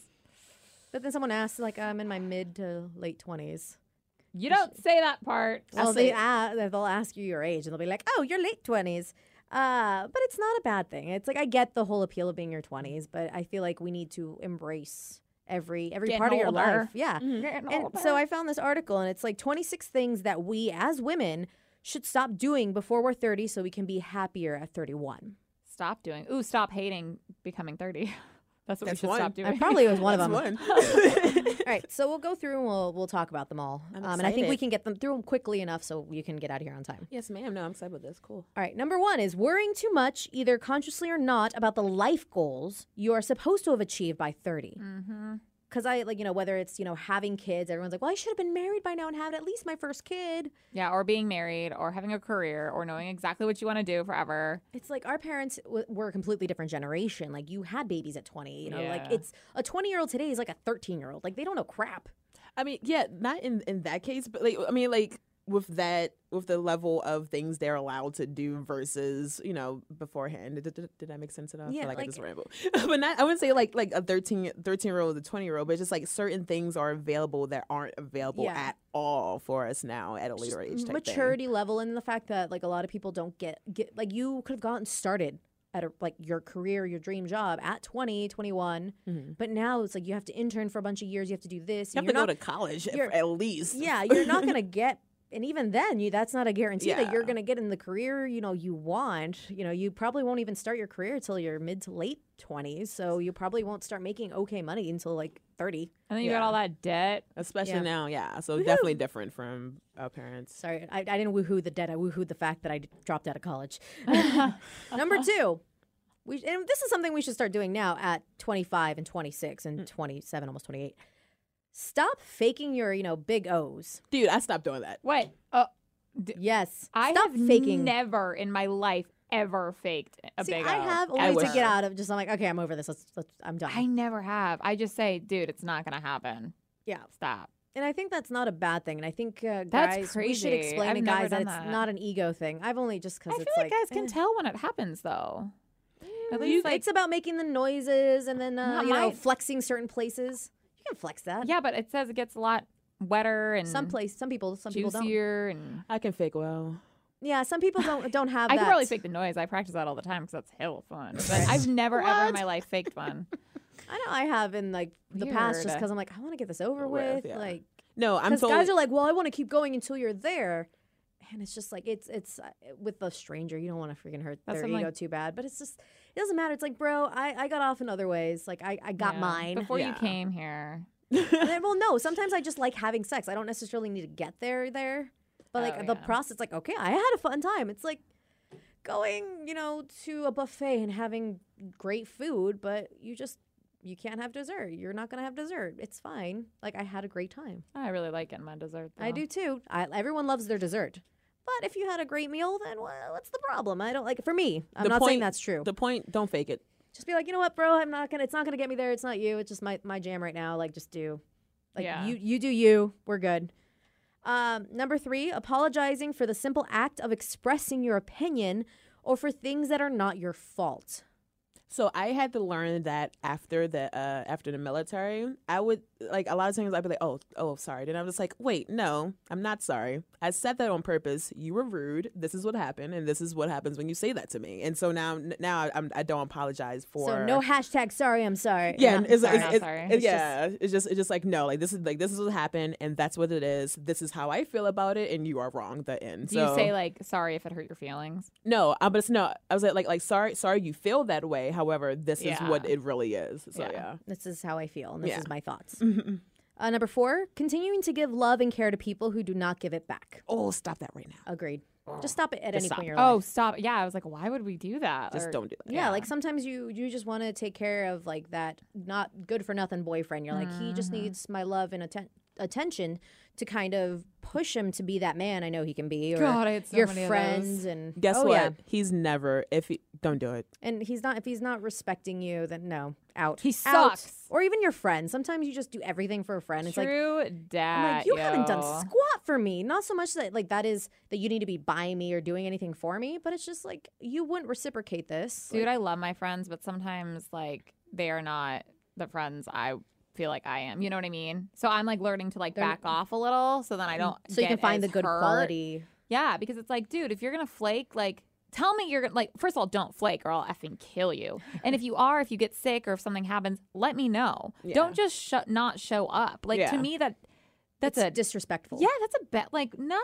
B: But then someone asked, like, I'm in my mid to late 20s.
C: you don't say that part.
B: Well,
A: say
B: they a- they'll ask you your age, and they'll be like, "Oh, you're late 20s." Uh, but it's not a bad thing. It's like I get the whole appeal of being your 20s, but I feel like we need to embrace every every
C: Getting
B: part of your
C: older.
B: life. Yeah.
C: Getting
B: And
C: older.
B: so I found this article, and it's like 26 things that we as women should stop doing before we're 30, so we can be happier at 31.
C: stop doing ooh, stop hating becoming thirty. That's what
A: That's
C: we should
A: one.
C: stop doing.
B: I probably was one of
A: That's
B: them.
A: one.
B: All right, so we'll go through and we'll we'll talk about them all,
A: I'm
B: um, and I think we
A: excited.
B: can get them through them quickly enough so you can get out of here on time.
A: yes, ma'am. No, I'm excited about this. Cool.
B: All right, number one is worrying too much, either consciously or not, about the life goals you are supposed to have achieved by 30.
A: Mm.
C: mm-hmm.
B: Because I, like, you know, whether it's, you know, having kids, everyone's like, well, I should have been married by now and had at least my first kid.
C: Yeah, or being married or having a career or knowing exactly what you want to do forever.
B: It's like our parents w- were a completely different generation. Like, you had babies at 20, you know, like,
C: Yeah.
B: it's a 20 year old today is like a 13 year old. Like, they don't know crap.
A: I mean, yeah, not in in that case, but like I mean, like with that with the level of things they're allowed to do versus you know beforehand did, did, did that make sense at all I feel
B: Yeah,
A: like,
B: like-
A: i just ramble but not i wouldn't say like like a 13 13 year old a 20 year old but it's just like certain things are available that aren't available
B: Yeah.
A: at all for us now at a later age type thing.
B: Maturity level and the fact that, like, a lot of people don't get, get like, you could have gotten started at, a, like, your career, your dream job at 20, 21.
A: Mhm.
B: But now it's like you have to intern for a bunch of years. You have to do this.
A: you have
B: and
A: to
B: you're
A: go
B: not,
A: to college if-
B: you're-
A: at least
B: yeah, you're not gonna get. And even then, you that's not a guarantee that you're
A: Yeah.
B: gonna get in the career you know you want. You know, you probably won't even start your career till your mid to late twenties. So you probably won't start making okay money until like thirty.
C: And then you got all that debt.
A: especially
B: Yeah.
A: now yeah so definitely different from our parents
B: Sorry, I, I didn't woohoo the debt. I woohooed the fact that I d- dropped out of college.
C: Uh-huh.
B: Number two, we and this is something we should start doing now at 25 and 26
C: Mm.
B: and 27, almost 28. Stop faking your you know big O's.
A: dude i stopped doing that
C: What? Uh,
B: Yes,
C: I
B: stop
C: have
B: faking.
C: never in my life ever faked a
B: See,
C: big
B: I
C: O.
B: have
A: I
B: only to
A: wish-
B: get out of just. I'm like, okay, I'm over this. Let's, let's I'm done.
C: I never have. I just say, dude, it's not gonna happen.
B: yeah,
C: Stop.
B: and I think that's not a bad thing. And I think uh,
C: That's
B: guys, we should
C: crazy.
B: explain
C: I've
B: to
C: never
B: guys that
C: done
B: it's
C: that.
B: not an ego thing. I've only just
C: I
B: because
C: feel
B: it's
C: like,
B: like,
C: guys can
B: eh,
C: tell when it happens, though. At
B: you-
C: least, like,
B: it's about making the noises and then uh,
C: Not
B: you know
C: mine.
B: flexing certain places. You can flex that.
C: yeah, but it says it gets a lot wetter and
B: Some place, some people, some people don't.
C: juicier, and
A: i can fake well
B: Yeah, some people don't don't have
C: I
B: that.
C: can probably fake the noise. I practice that all the time because that's hell fun. But I've never ever in my life faked one.
B: I know I have in like the past just
C: Weird.
B: because I'm like I want to get this over
A: With,
B: with.
A: yeah.
B: Like
A: no i'm
B: because
A: totally
B: guys are like, well, I want to keep going until you're there, and it's just like it's it's uh, with a stranger, you don't want to freaking hurt
C: That's
B: their
C: what I'm
B: ego
C: like-
B: too bad. But it's just it doesn't matter. It's like, bro, I I got off in other ways. Like I I got
C: Yeah.
B: mine.
C: before you
A: Yeah.
C: came here.
B: And then, well, no, sometimes I just like having sex. I don't necessarily need to get there there, but like
C: Oh,
B: the
C: yeah.
B: process, like okay, I had a fun time. It's like. going, you know, to a buffet and having great food, but you just you can't have dessert. You're not going to have dessert. It's fine. Like I had a great time.
C: I really like getting my dessert.
B: I
C: though.
B: do too. I, everyone loves their dessert. But if you had a great meal, then wha- what's the problem? I don't like it. For me, I'm
A: The
B: not saying
A: point-
B: that's true.
A: The point, don't fake it.
B: just be like, you know what, bro? I'm not gonna. It's not gonna get me there. It's not you. It's just my my jam right now. Like, just do. Like
C: Yeah.
B: you you do you. We're good. Um, number three, apologizing for the simple act of expressing your opinion or for things that are not your fault.
A: So I had to learn that after the uh, after the military, I would like a lot of times I'd be like, "Oh, oh, sorry," then I'm just like, "Wait, no, I'm not sorry. I said that on purpose. You were rude. This is what happened, and this is what happens when you say that to me." And so now, now I'm, I don't apologize for.
B: so no hashtag sorry, I'm sorry.
A: yeah,
B: No.
A: it's,
C: sorry,
A: it's,
C: not
A: it's-
C: sorry.
A: it's- yeah, it's just it's just like no, like this is like this is what happened, and that's what it is. This is how I feel about it, and you are wrong. The end.
C: Do you
A: So-
C: say like sorry if it hurt your feelings?
A: no, I, but it's no. I was like, like, like, sorry, sorry, you feel that way. However, this
C: Yeah.
A: is what it really is. So
C: Yeah.
A: yeah.
B: this is how I feel, and this
A: Yeah. Mm-hmm.
B: is my thoughts. Uh, number four, continuing to give love and care to people who do not give it back.
A: Oh, stop that right now.
B: Agreed. Just stop it at any
A: stop
B: point in your life.
C: Oh, stop. Yeah, I was like, why would we do that?
A: Just
C: Or-
A: don't do that.
B: Yeah, like sometimes you you just want to take care of like that not good for nothing boyfriend. You're like he just
C: Mm-hmm.
B: needs my love and atten- attention to kind of push him to be that man I know he can be. Or
C: God, I had so
B: your
C: many of
B: friends
C: those.
B: and
A: Guess
B: oh,
A: what?
B: Yeah.
A: He's never. If he, don't do it.
B: And he's not if he's not respecting you, then no, out.
C: He
B: Out.
C: sucks.
B: Or even your friends. Sometimes you just do everything for a friend. It's like
C: True dad.
B: I'm like, you haven't done
C: yo.
B: squat for me. Not so much that like that is that you need to be buying me or doing anything for me, but it's just like you wouldn't reciprocate this.
C: Dude, I love my friends, but sometimes like they are not the friends I feel like I am. You know what I mean? So I'm like learning to like back off a little, so then I don't.
B: Mm, so you can
C: get
B: find the
C: as
B: good
C: hurt.
B: quality.
C: Yeah, because it's like, dude, if you're gonna flake, like, tell me you're gonna like. First of all, don't flake, or I'll effing kill you. And if you are, if you get sick or if something happens, let me know.
A: Yeah.
C: Don't just sh- not show up. Like to
A: Yeah.
C: me, that that's
B: it's
C: a
B: disrespectful.
C: yeah, that's a bet. Like no,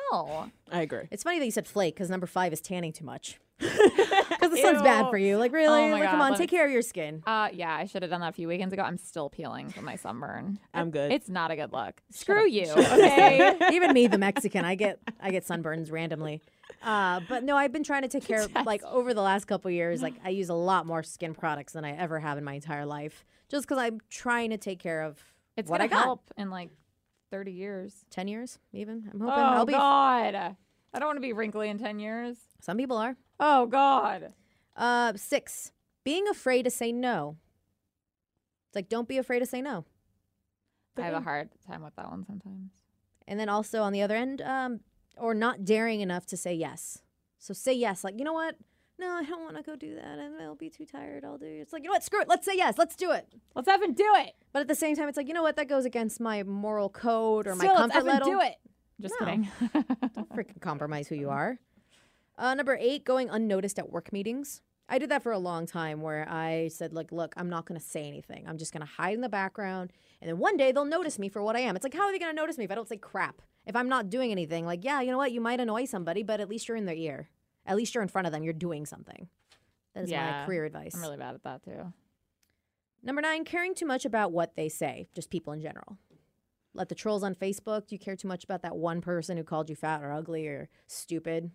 A: I agree.
B: It's funny that you said flake because number five is tanning too much. Because the sun's bad for you. Like, really?
C: Oh my
B: like, come
C: God,
B: on,
C: let
B: take
C: me-
B: care of your skin.
C: Uh, yeah, I should have done that a few weekends ago. I'm still peeling from my sunburn.
A: I'm good.
C: It's not a good look. Screw you. Okay.
B: Even me, the Mexican, I get I get sunburns randomly. Uh, but no, I've been trying to take care of like over the last couple years. Like, I use a lot more skin products than I ever have in my entire life, just because I'm trying to take care of
C: It's
B: what
C: gonna
B: I got.
C: help in like 30 years.
B: Ten years, even. I'm hoping
C: Oh
B: I'll be.
C: God. I don't want to be wrinkly in 10 years.
B: Some people are.
C: Oh God.
B: Uh, six, being afraid to say no. It's like don't be afraid to say no.
C: I have a hard time with that one sometimes.
B: And then also on the other end, um, or not daring enough to say yes. So say yes, like you know what? No, I don't want to go do that. and I'll be too tired. I'll do. It. It's like you know what? Screw it. Let's say yes. Let's do it.
C: Let's effing do it.
B: But at the same time, it's like you know what? That goes against my moral code or my
C: Still, let's
B: comfort
C: effing
B: level.
C: do it. Just
B: No.
C: kidding.
B: Freaking compromise who you are. Uh, number eight, going unnoticed at work meetings. I did that for a long time where I said, like, look, I'm not going to say anything. I'm just going to hide in the background. And then one day they'll notice me for what I am. It's like, how are they going to notice me if I don't say crap? If I'm not doing anything, like, yeah, you know what? You might annoy somebody, but at least you're in their ear. At least you're in front of them. You're doing something. That is my
C: Yeah,
B: career advice.
C: I'm really bad at that too.
B: Number nine, caring too much about what they say, just people in general. Let the trolls on Facebook, you care too much about that one person who called you fat or ugly or stupid.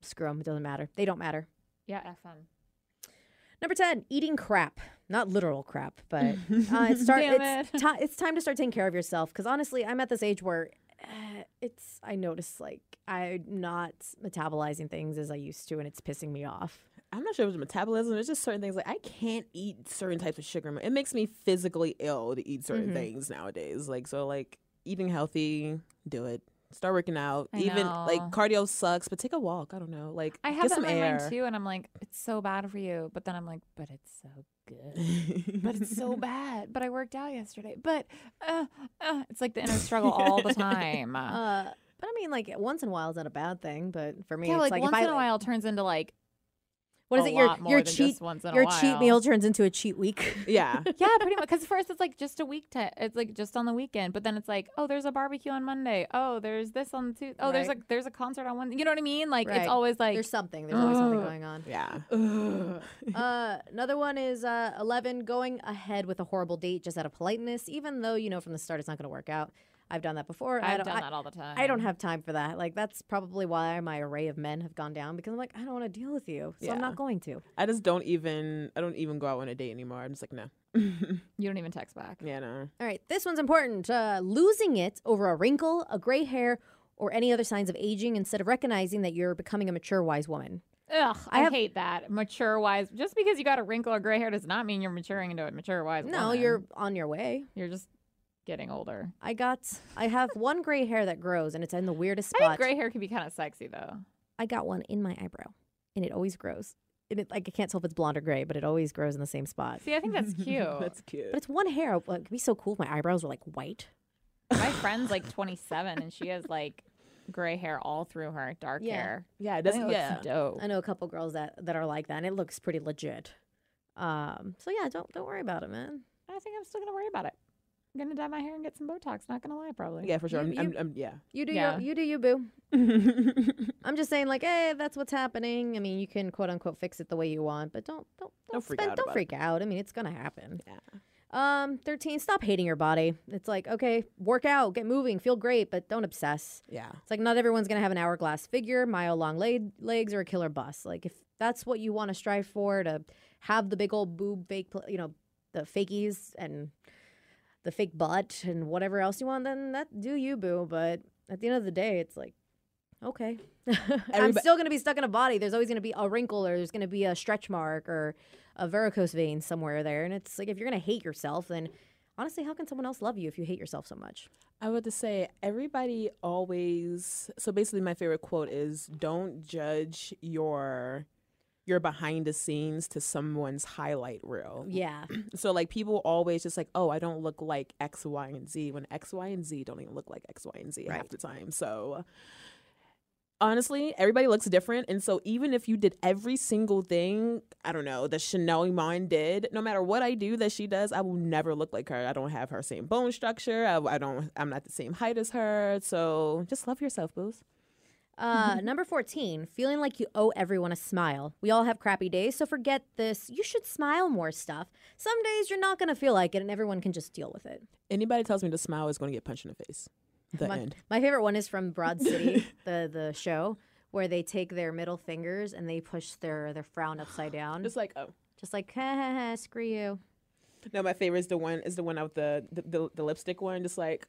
B: Screw them, it doesn't matter. They don't matter.
C: Yeah, FM.
B: Number 10, eating crap. Not literal crap, but uh, it's, start,
C: Damn
B: it's,
C: it.
B: ti- it's time to start taking care of yourself. Because honestly, I'm at this age where uh, it's, I notice like I'm not metabolizing things as I used to, and it's pissing me off.
A: I'm not sure if it's metabolism. It's just certain things. Like I can't eat certain types of sugar. It makes me physically ill to eat
C: Mm-hmm.
A: certain things nowadays. Like so, like eating healthy, do it. Start working out.
C: I
A: Even like
C: know.
A: cardio sucks, but take a walk. I don't know. Like
C: I have
A: get
C: that
A: some
C: in my
A: air.
C: mind too, and I'm like, it's so bad for you. But then I'm like, but it's so good. but it's so bad. But I worked out yesterday. But uh, uh, it's like the inner struggle all the time.
B: Uh, but I mean, like once in a while is not a bad thing. But for me,
C: Ah. yeah,
B: it's
C: like,
B: like
C: once
B: if I,
C: in a while turns into like
B: What is
C: a
B: it? Your
C: lot more
B: your
C: than
B: cheat
C: just once in a
B: your cheat
C: while.
B: meal turns into a cheat week.
A: yeah.
C: yeah, pretty much. Because first it's like just a week. T- it's like just on the weekend, but then it's like, oh, there's a barbecue on Monday. Oh, there's this on Tuesday. Oh, there's
B: Right.
C: like there's a concert on Wednesday. You know what I mean? Like
B: Right.
C: it's always like oh.
B: There's something. There's always something
C: Ugh.
B: going on.
A: Yeah.
B: Uh, another one is uh, eleven going ahead with a horrible date just out of politeness, even though you know from the start it's not going to work out. I've done that before. I
C: I've
B: don't,
C: done
B: I-
C: that all the time.
B: I don't have time for that. Like that's probably why my array of men have gone down because I'm like I don't want to deal with you, so I'm
A: Yeah.
B: not going to.
A: I just don't even I don't even go out on a date anymore. I'm just like, no.
C: You don't even text back.
A: yeah, no.
B: All right, this one's important. Uh, losing it over a wrinkle, a gray hair, or any other signs of aging instead of recognizing that you're becoming a mature, wise woman.
C: Ugh, I,
B: I have-
C: hate that. Mature wise, just because you got a wrinkle or gray hair does not mean you're maturing into a mature wise.
B: No,
C: woman.
B: you're on your way.
C: you're just getting older.
B: I got. I have one gray hair that grows, and it's in the weirdest
C: I think
B: spot.
C: gray hair can be kind of sexy though.
B: I got one in my eyebrow, and it always grows. And it, like I can't tell if it's blonde or gray, but it always grows in the same spot.
C: See, I think that's cute.
A: That's cute.
B: But it's one hair. Like, it'd be so cool if my eyebrows were like white.
C: My friend's like 27 and she has like gray hair all through her, dark
B: Yeah.
C: hair. I
A: yeah, it
C: think
A: doesn't
C: it looks
A: yeah.
C: dope.
B: I know a couple girls that that are like that, and it looks pretty legit. Um, so yeah, don't don't worry about it, man.
C: I think I'm still gonna worry about it. I'm gonna dye my hair and get some Botox. Not gonna lie, probably.
A: Yeah, for sure.
B: You-
A: I'm, I'm,
B: you-
A: I'm, yeah.
B: You do
C: Yeah.
B: your, you do you, boo.
A: don't
B: I'm just saying, like, hey, that's what's happening. I mean, you can quote unquote fix it the way you want, but don't don't don't,
A: freak
B: spend-
A: out.
B: Don't
A: about
B: freak out. I mean, it's gonna happen.
A: It. Yeah.
B: Um, thirteen. Stop hating your body. It's like okay, work out, get moving, feel great, but don't obsess.
A: Yeah.
B: It's like not everyone's gonna have an hourglass figure, mile long leg- legs, or a killer bust. Like if that's what you want to strive for, to have the big old boob fake, pl- you know, the fakies and the fake butt and whatever else you want, then that do you boo. But at the end of the day, it's like, okay, I'm
A: Everybo-
B: still gonna be stuck in a body. There's always gonna be a wrinkle, or there's gonna be a stretch mark, or a varicose vein somewhere there. And it's like if you're gonna hate yourself, then honestly, how can someone else love you if you hate yourself so much?
A: I would just say everybody always. So basically, my favorite quote is "Don't judge your your behind the scenes to someone's highlight reel."
B: Yeah.
A: So like people always just like, "Oh, I don't look like X, Y, and Z," when X, Y, and Z don't even look like X, Y, and Z half
B: Right.
A: the time. So honestly, everybody looks different, and so even if you did every single thing, I don't know that Chanel Iman did, no matter what I do that she does, I will never look like her. I don't have her same bone structure. I, I don't. I'm not the same height as her. So just love yourself, booze.
B: Uh,
A: Mm-hmm.
B: number 14, feeling like you owe everyone a smile. We all have crappy days, so forget this. You should smile more stuff. Some days you're not going to feel like it, and everyone can just deal with it.
A: Anybody tells me to smile is going to get punched in the face. The
B: my,
A: end.
B: my favorite one is from Broad City, the, the show, where they take their middle fingers and they push their, their frown upside down.
A: It's
B: Just,
A: like oh.
B: like, ha, ha, ha, screw you.
A: No, my favorite is the one is the one out the the, the, the lipstick one. Just like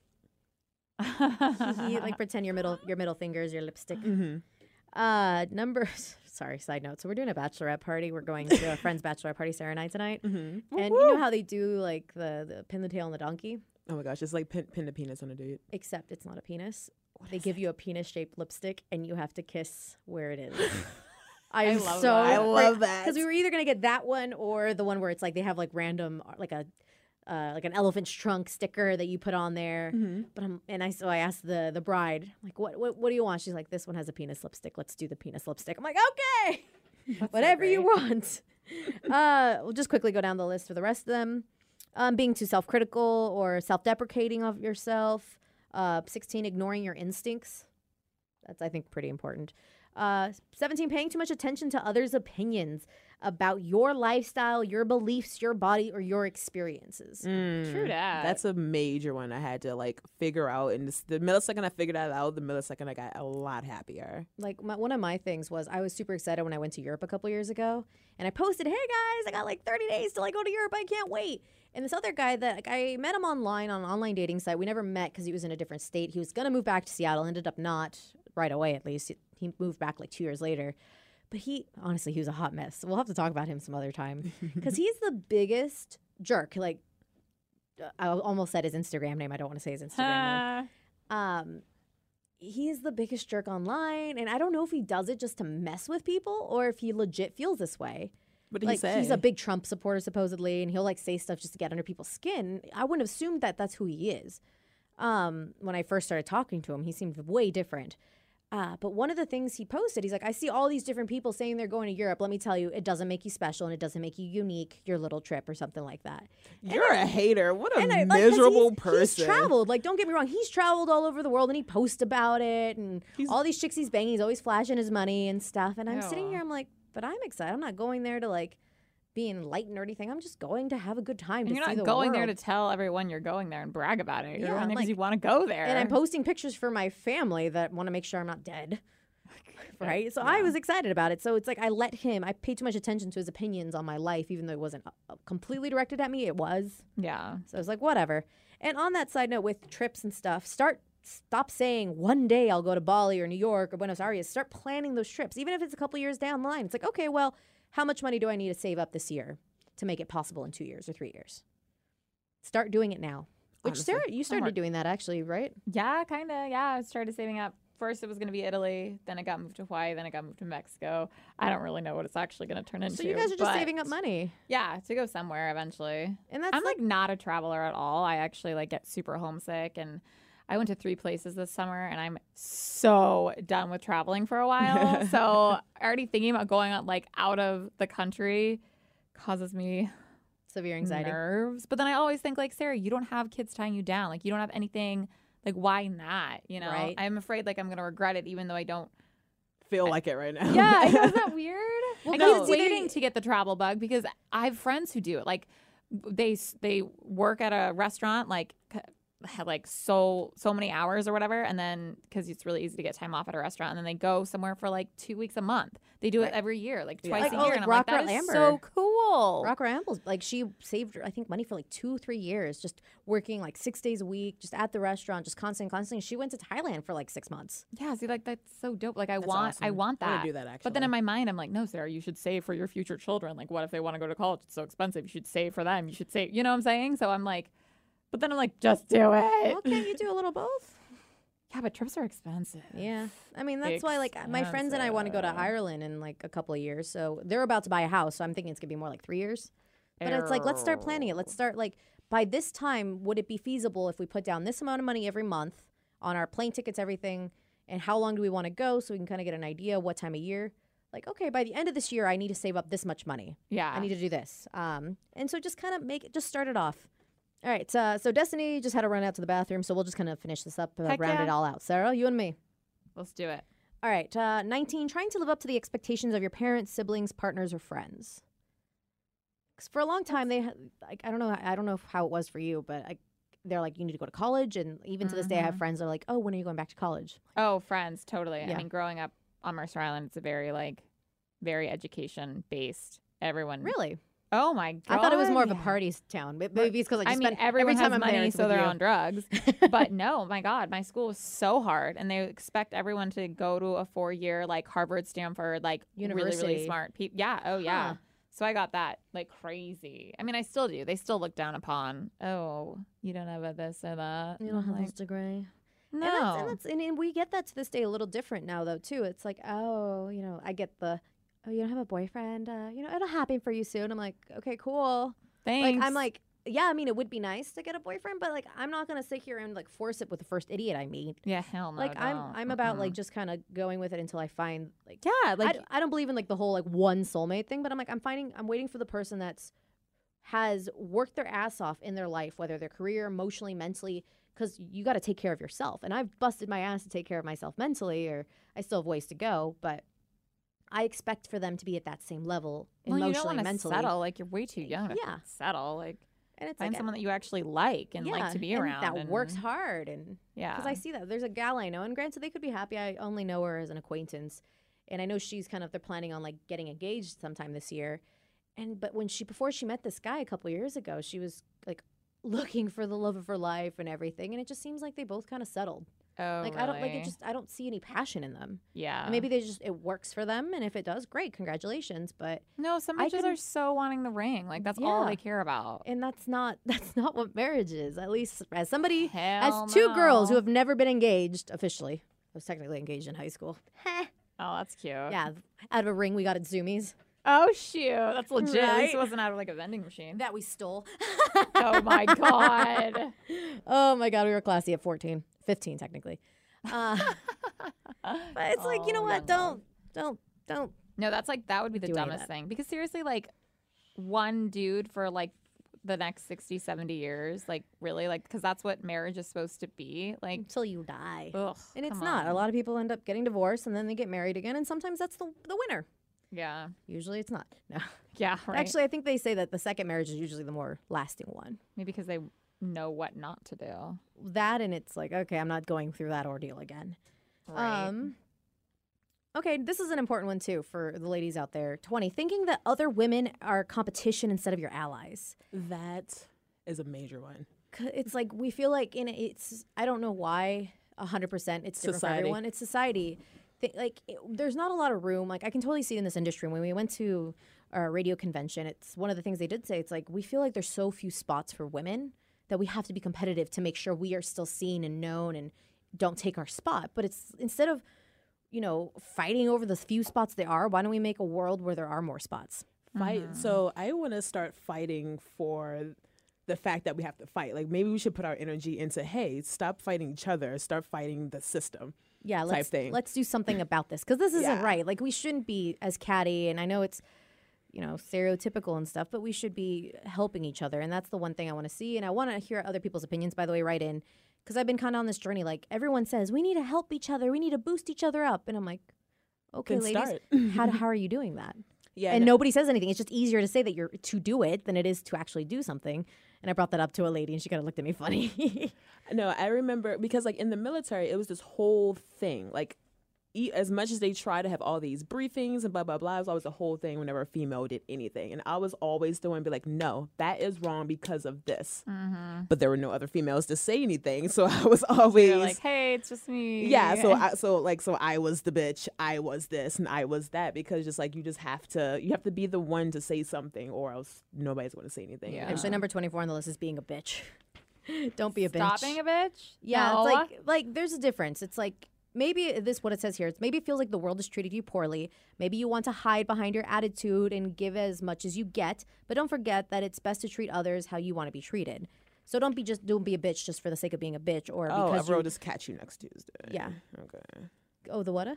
B: You, like pretend your middle your middle finger is your lipstick.
A: mm-hmm.
B: Uh, number, sorry, side note. So we're doing a bachelorette party. We're going to a friend's bachelorette party, Sarah and I, tonight.
A: Mm-hmm.
B: And you know how they do like the, the pin the tail on the donkey,
A: Oh my gosh, it's like pin, pin the penis on a dude.
B: except it's not a penis. they give you a penis shaped lipstick and you have to kiss where it is. I'm
C: love
B: so
C: that. I
A: love that.
B: because we were either gonna get that one or the one where it's like they have like random like a uh, like an elephant's trunk sticker that you put on there. But I'm and I so I asked the the bride I'm like what, what what do you want? She's like this one has a penis lipstick. Let's do the penis lipstick. I'm like okay, whatever you want. uh, we'll just quickly go down the list for the rest of them. Um, being too self critical or self deprecating of yourself. Uh, 16, ignoring your instincts. That's, I think, pretty important. Uh, 17, paying too much attention to others' opinions about your lifestyle, your beliefs, your body, or your experiences.
C: True that.
A: Mm. That's a major one I had to like figure out. And this, the millisecond I figured that out, the millisecond I got a lot happier.
B: like my, one of my things was I was super excited when I went to Europe a couple years ago, and I posted, "Hey guys, I got like 30 days till I go to Europe. I can't wait." And this other guy that like, I met him online on an online dating site. We never met because he was in a different state. He was gonna move back to Seattle, ended up not right away. At least he moved back like two years later. But he honestly, he was a hot mess. We'll have to talk about him some other time because he's the biggest jerk. Like uh, I almost said his Instagram name. I don't want to say his Instagram
C: Ha.
B: name um he is the biggest jerk online and i don't know if he does it just to mess with people or if he legit feels this way
A: What did
B: like
A: he say?
B: he's a big trump supporter supposedly and he'll like say stuff just to get under people's skin i wouldn't have assumed that that's who he is um when i first started talking to him he seemed way different uh, but one of the things he posted, he's like, I see all these different people saying they're going to Europe. Let me tell you, it doesn't make you special and it doesn't make you unique, your little trip or something like that.
A: You're a hater. What a
B: And I- like, 'cause
A: miserable
B: he's, He's
A: person.
B: traveled. Like, don't get me wrong. He's traveled all over the world, and he posts about it, and
A: He's-
B: all these chicks he's banging. He's always flashing his money and stuff. And I'm sitting
C: Ew.
B: here, I'm like, but I'm excited. I'm not going there to like being light and anything. I'm just going to have a good
C: And
B: time. to
C: you're
B: see
C: not
B: the
C: going there to
B: world.
C: tell everyone you're going there and brag about it. You're
B: Yeah,
C: going there because
B: like-
C: you want to go there.
B: and I'm posting pictures for my family that want to make sure I'm not dead. Right? So I was excited about it. So it's like I let him, I paid too much attention to his opinions on my life, even though it wasn't uh, uh, completely directed at me. It was.
C: yeah.
B: So I was like, whatever. And on that side note, with trips and stuff, start stop saying one day I'll go to Bali or New York or Buenos Aires. Start planning those trips, even if it's a couple years down the line. It's like, okay, well, how much money do I need to save up this year to make it possible in two years or three years? Start doing it now. Which
A: Honestly,
B: Sarah, you started
C: hard.
B: doing that actually, right?
C: Yeah, kind of. Yeah, I started saving up. First, it was going to be Italy. Then it got moved to Hawaii. Then it got moved to Mexico. I don't really know what it's actually going to turn into.
B: So you guys are just saving
C: but-
B: up money,
C: Yeah, to go somewhere eventually.
B: and that's
C: I'm like not a traveler at all. I actually like get super homesick and I went to three places this summer and I'm so done with traveling for a while. so already thinking about going on like out of the country causes me
B: severe anxiety.
C: nerves. But then I always think like Sarah, you don't have kids tying you down. Like you don't have anything like why not? You know?
B: Right.
C: I'm afraid like I'm gonna regret it even though I don't
A: Feel like it right now.
C: yeah, I know. Isn't that weird?
B: Well,
C: I
B: 'cause
C: keep
B: it's either-
C: waiting to get the travel bug because I have friends who do it. Like they s- they work at a restaurant like c- had, like so so many hours or whatever, and then because it's really easy to get time off at a restaurant, and then they go somewhere for like two weeks a month. They do it every year, like
A: Yeah.
C: twice
A: Like,
C: a
A: oh,
C: year,
B: like
C: and I'm like,
B: Rocker
C: that is so
B: Lambert.
C: cool.
B: Rocker Ambles, like she saved, I think, money for like two, three years, just working like six days a week, just at the restaurant, just constant, constant. She went to Thailand for like six months.
C: yeah, see, like that's so dope. Like I
A: That's
C: want, I
A: awesome.
C: want
A: I wanna
C: that.
A: do that,
C: But then in
A: actually.
C: my mind, I'm like, no, Sarah, you should save for your future children. Like, what if they want to go to college? It's so expensive. You should save for them. You should save. You know what I'm saying? So I'm like, but then I'm like, just do it.
B: Well, can't you do a little both?
C: Yeah, but trips are expensive.
B: Yeah, I mean that's why like my friends and I want to go to
C: Expensive.
B: Ireland in like a couple of years, so they're about to buy a house, so I'm thinking it's gonna be more like three years. But it's like let's start planning it. Let's start like by this time, would it be feasible if we put down this amount of money every month on our plane tickets, everything, and how long do we want to go so we can kind of get an idea what time of year? Like okay, by the end of this year, I need to save up this much money.
C: Yeah.
B: I need to do this. Um, and so just kind of make it, just start it off. All right. So, so Destiny just had to run out to the bathroom, so we'll just kind of finish this up, uh,
C: Heck
B: round it
C: yeah.
B: all out. Sarah, you and me.
C: let's do it.
B: All right, uh, 19, trying to live up to the expectations of your parents, siblings, partners, or friends. 'Cause for a long time, they, ha- like, I don't know, I don't know if- how it was for you, but I, they're like, you need to go to college. And even to this day, I
C: Mm-hmm.
B: have friends that are like, oh, when are you going back to college?
C: Oh, friends, totally.
B: Yeah.
C: I mean, growing up on Mercer Island, it's a very like, very education based. Everyone.
B: Really?
C: Oh my god.
B: I thought it was more of a
C: yeah.
B: party town, but maybe it's because I
C: I
B: just
C: mean,
B: spent
C: everyone
B: every time
C: has
B: I'm there,
C: money,
B: it's
C: so
B: with
C: they're
B: you.
C: on drugs. but no, my God, my school was so hard, and they expect everyone to go to a four-year like Harvard, Stanford, like really,
B: University.
C: really smart people. Yeah. Oh, yeah.
B: Huh.
C: So I got that like crazy. I mean, I still do. They still look down upon. Oh, you don't have a this or that.
B: You
C: And
B: don't
C: I'm
B: have
C: like,
B: this degree.
C: Mm-hmm. no.
B: And, that's, and, that's, and, and we get that to this day a little different now, though, too. It's like, oh, you know, I get the, oh, you don't have a boyfriend. Uh, you know, it'll happen for you soon. I'm like, okay, cool.
C: Thanks.
B: Like, I'm like, yeah, I mean, it would be nice to get a boyfriend, but like, I'm not going to sit here and like force it with the first idiot I meet.
C: yeah, hell no.
B: like, I'm,
C: don't.
B: I'm about
C: Mm-mm.
B: like just kind of going with it until I find like,
C: yeah,
B: I
C: like
B: d- I, don't believe in like the whole like one soulmate thing, but I'm like I'm finding I'm waiting for the person that's has worked their ass off in their life, whether their career, emotionally, mentally, because you got to take care of yourself. And I've busted my ass to take care of myself mentally, or I still have ways to go, but I expect for them to be at that same level
C: well, you don't
B: emotionally,
C: want to
B: mentally.
C: settle. Like you're way too young to
B: Yeah.
C: settle. Like
B: And it's
C: find
B: like, uh
C: someone that you actually like and like to be
B: and
C: around.
B: that works
C: and-
B: hard and
C: Yeah.
B: because I see that there's a gal I know, and granted they could be happy. I only know her as an acquaintance, and I know she's kind of they're planning on like getting engaged sometime this year, and but when she before she met this guy a couple years ago, she was like looking for the love of her life and everything, and it just seems like they both kind of settled.
C: Oh,
B: like I don't like it.
C: really?
B: Just I don't see any passion in them.
C: Yeah.
B: And maybe they just it works for them, and if it does, great, congratulations. But
C: No, some
B: I
C: bitches are
B: couldn't-
C: so wanting the ring. Like that's all
B: Yeah.
C: they care about.
B: and that's not that's not what marriage is. At least as somebody
C: Hell
B: as two girls who
C: no.
B: have never been engaged officially. I was technically engaged in high school.
C: Oh, that's cute.
B: Yeah, th- out of a ring we got at Zoomies
C: Oh shoot, that's legit. At least
B: Right?
C: it wasn't out of like a vending machine.
B: that we stole.
C: oh my god.
B: oh my god, we were classy at 14, 15 technically. Uh, but it's like you know
C: Oh, young love.
B: what? Don't don't don't.
C: No, that's like that would be the
B: Do any of
C: dumbest
B: that.
C: thing because seriously, like one dude for like the next 60 70 years like really like because that's what marriage is supposed to be like
B: Until you die.
C: ugh,
B: and it's
C: come
B: not. A
C: on.
B: lot of people end up getting divorced and then they get married again, and sometimes that's the the winner.
C: Yeah.
B: Usually it's not. No.
C: Yeah. Right.
B: Actually, I think they say that the second marriage is usually the more lasting one.
C: maybe because they know what not to do.
B: That and it's like, okay, I'm not going through that ordeal again. Um Okay, this is an important one too for the ladies out there. 20, thinking that other women are competition instead of your allies.
A: That is a major one.
B: 'Cause It's like we feel like in it's I don't know why 100% it's different for
A: Society.
B: everyone. It's society. Thi- like it- there's not a lot of room. Like I can totally see in this industry when we went to a radio convention, it's one of the things they did say. It's like we feel like there's so few spots for women that we have to be competitive to make sure we are still seen and known and don't take our spot. But it's instead of you know, fighting over the few spots there are, why don't we make a world where there are more spots?
A: Fight. So I want to start fighting for the fact that we have to fight. Like maybe we should put our energy into hey, stop fighting each other, start fighting the system.
B: Yeah, let's
A: thing.
B: let's do something about this because this isn't
A: Yeah.
B: right. Like we shouldn't be as catty, and I know it's you know stereotypical and stuff, but we should be helping each other, and that's the one thing I want to see, and I want to hear other people's opinions. By the way, right in because I've been kind of on this journey. Like everyone says, we need to help each other, we need to boost each other up, and I'm like, okay,
A: Then
B: ladies,
A: start.
B: how how are you doing that?
A: Yeah.
B: and
A: no-
B: nobody says anything. It's just easier to say that you're to do it than it is to actually do something. And I brought that up to a lady, and she kind of looked at me funny.
A: No, I remember because like in the military, it was this whole thing. Like, e- as much as they try to have all these briefings and blah blah blah, it was always a whole thing whenever a female did anything, and I was always the one to be like, "No, that is wrong because of this." But there were no other females to say anything, Mm-hmm. so I was always
C: They're like, hey, it's just me.
A: yeah. So I, so like so I was the bitch, I was this, and I was that because just like you just have to you have to be the one to say something, or else nobody's going to say anything.
C: Yeah.
B: Actually, number 24 on the list is being a bitch. Don't be a bitch.
C: Stop being a bitch.
B: Yeah,
C: No.
B: it's like like there's a difference. It's like maybe this what it says here. It's maybe it feels like the world has treated you poorly. Maybe you want to hide behind your attitude and give as much as you get, but don't forget that it's best to treat others how you want to be treated. So don't be just don't be a bitch just for the sake of being a bitch or
A: Oh, I
B: because
A: will
B: you,
A: just catch you next Tuesday.
B: Yeah.
A: Okay.
B: oh the what?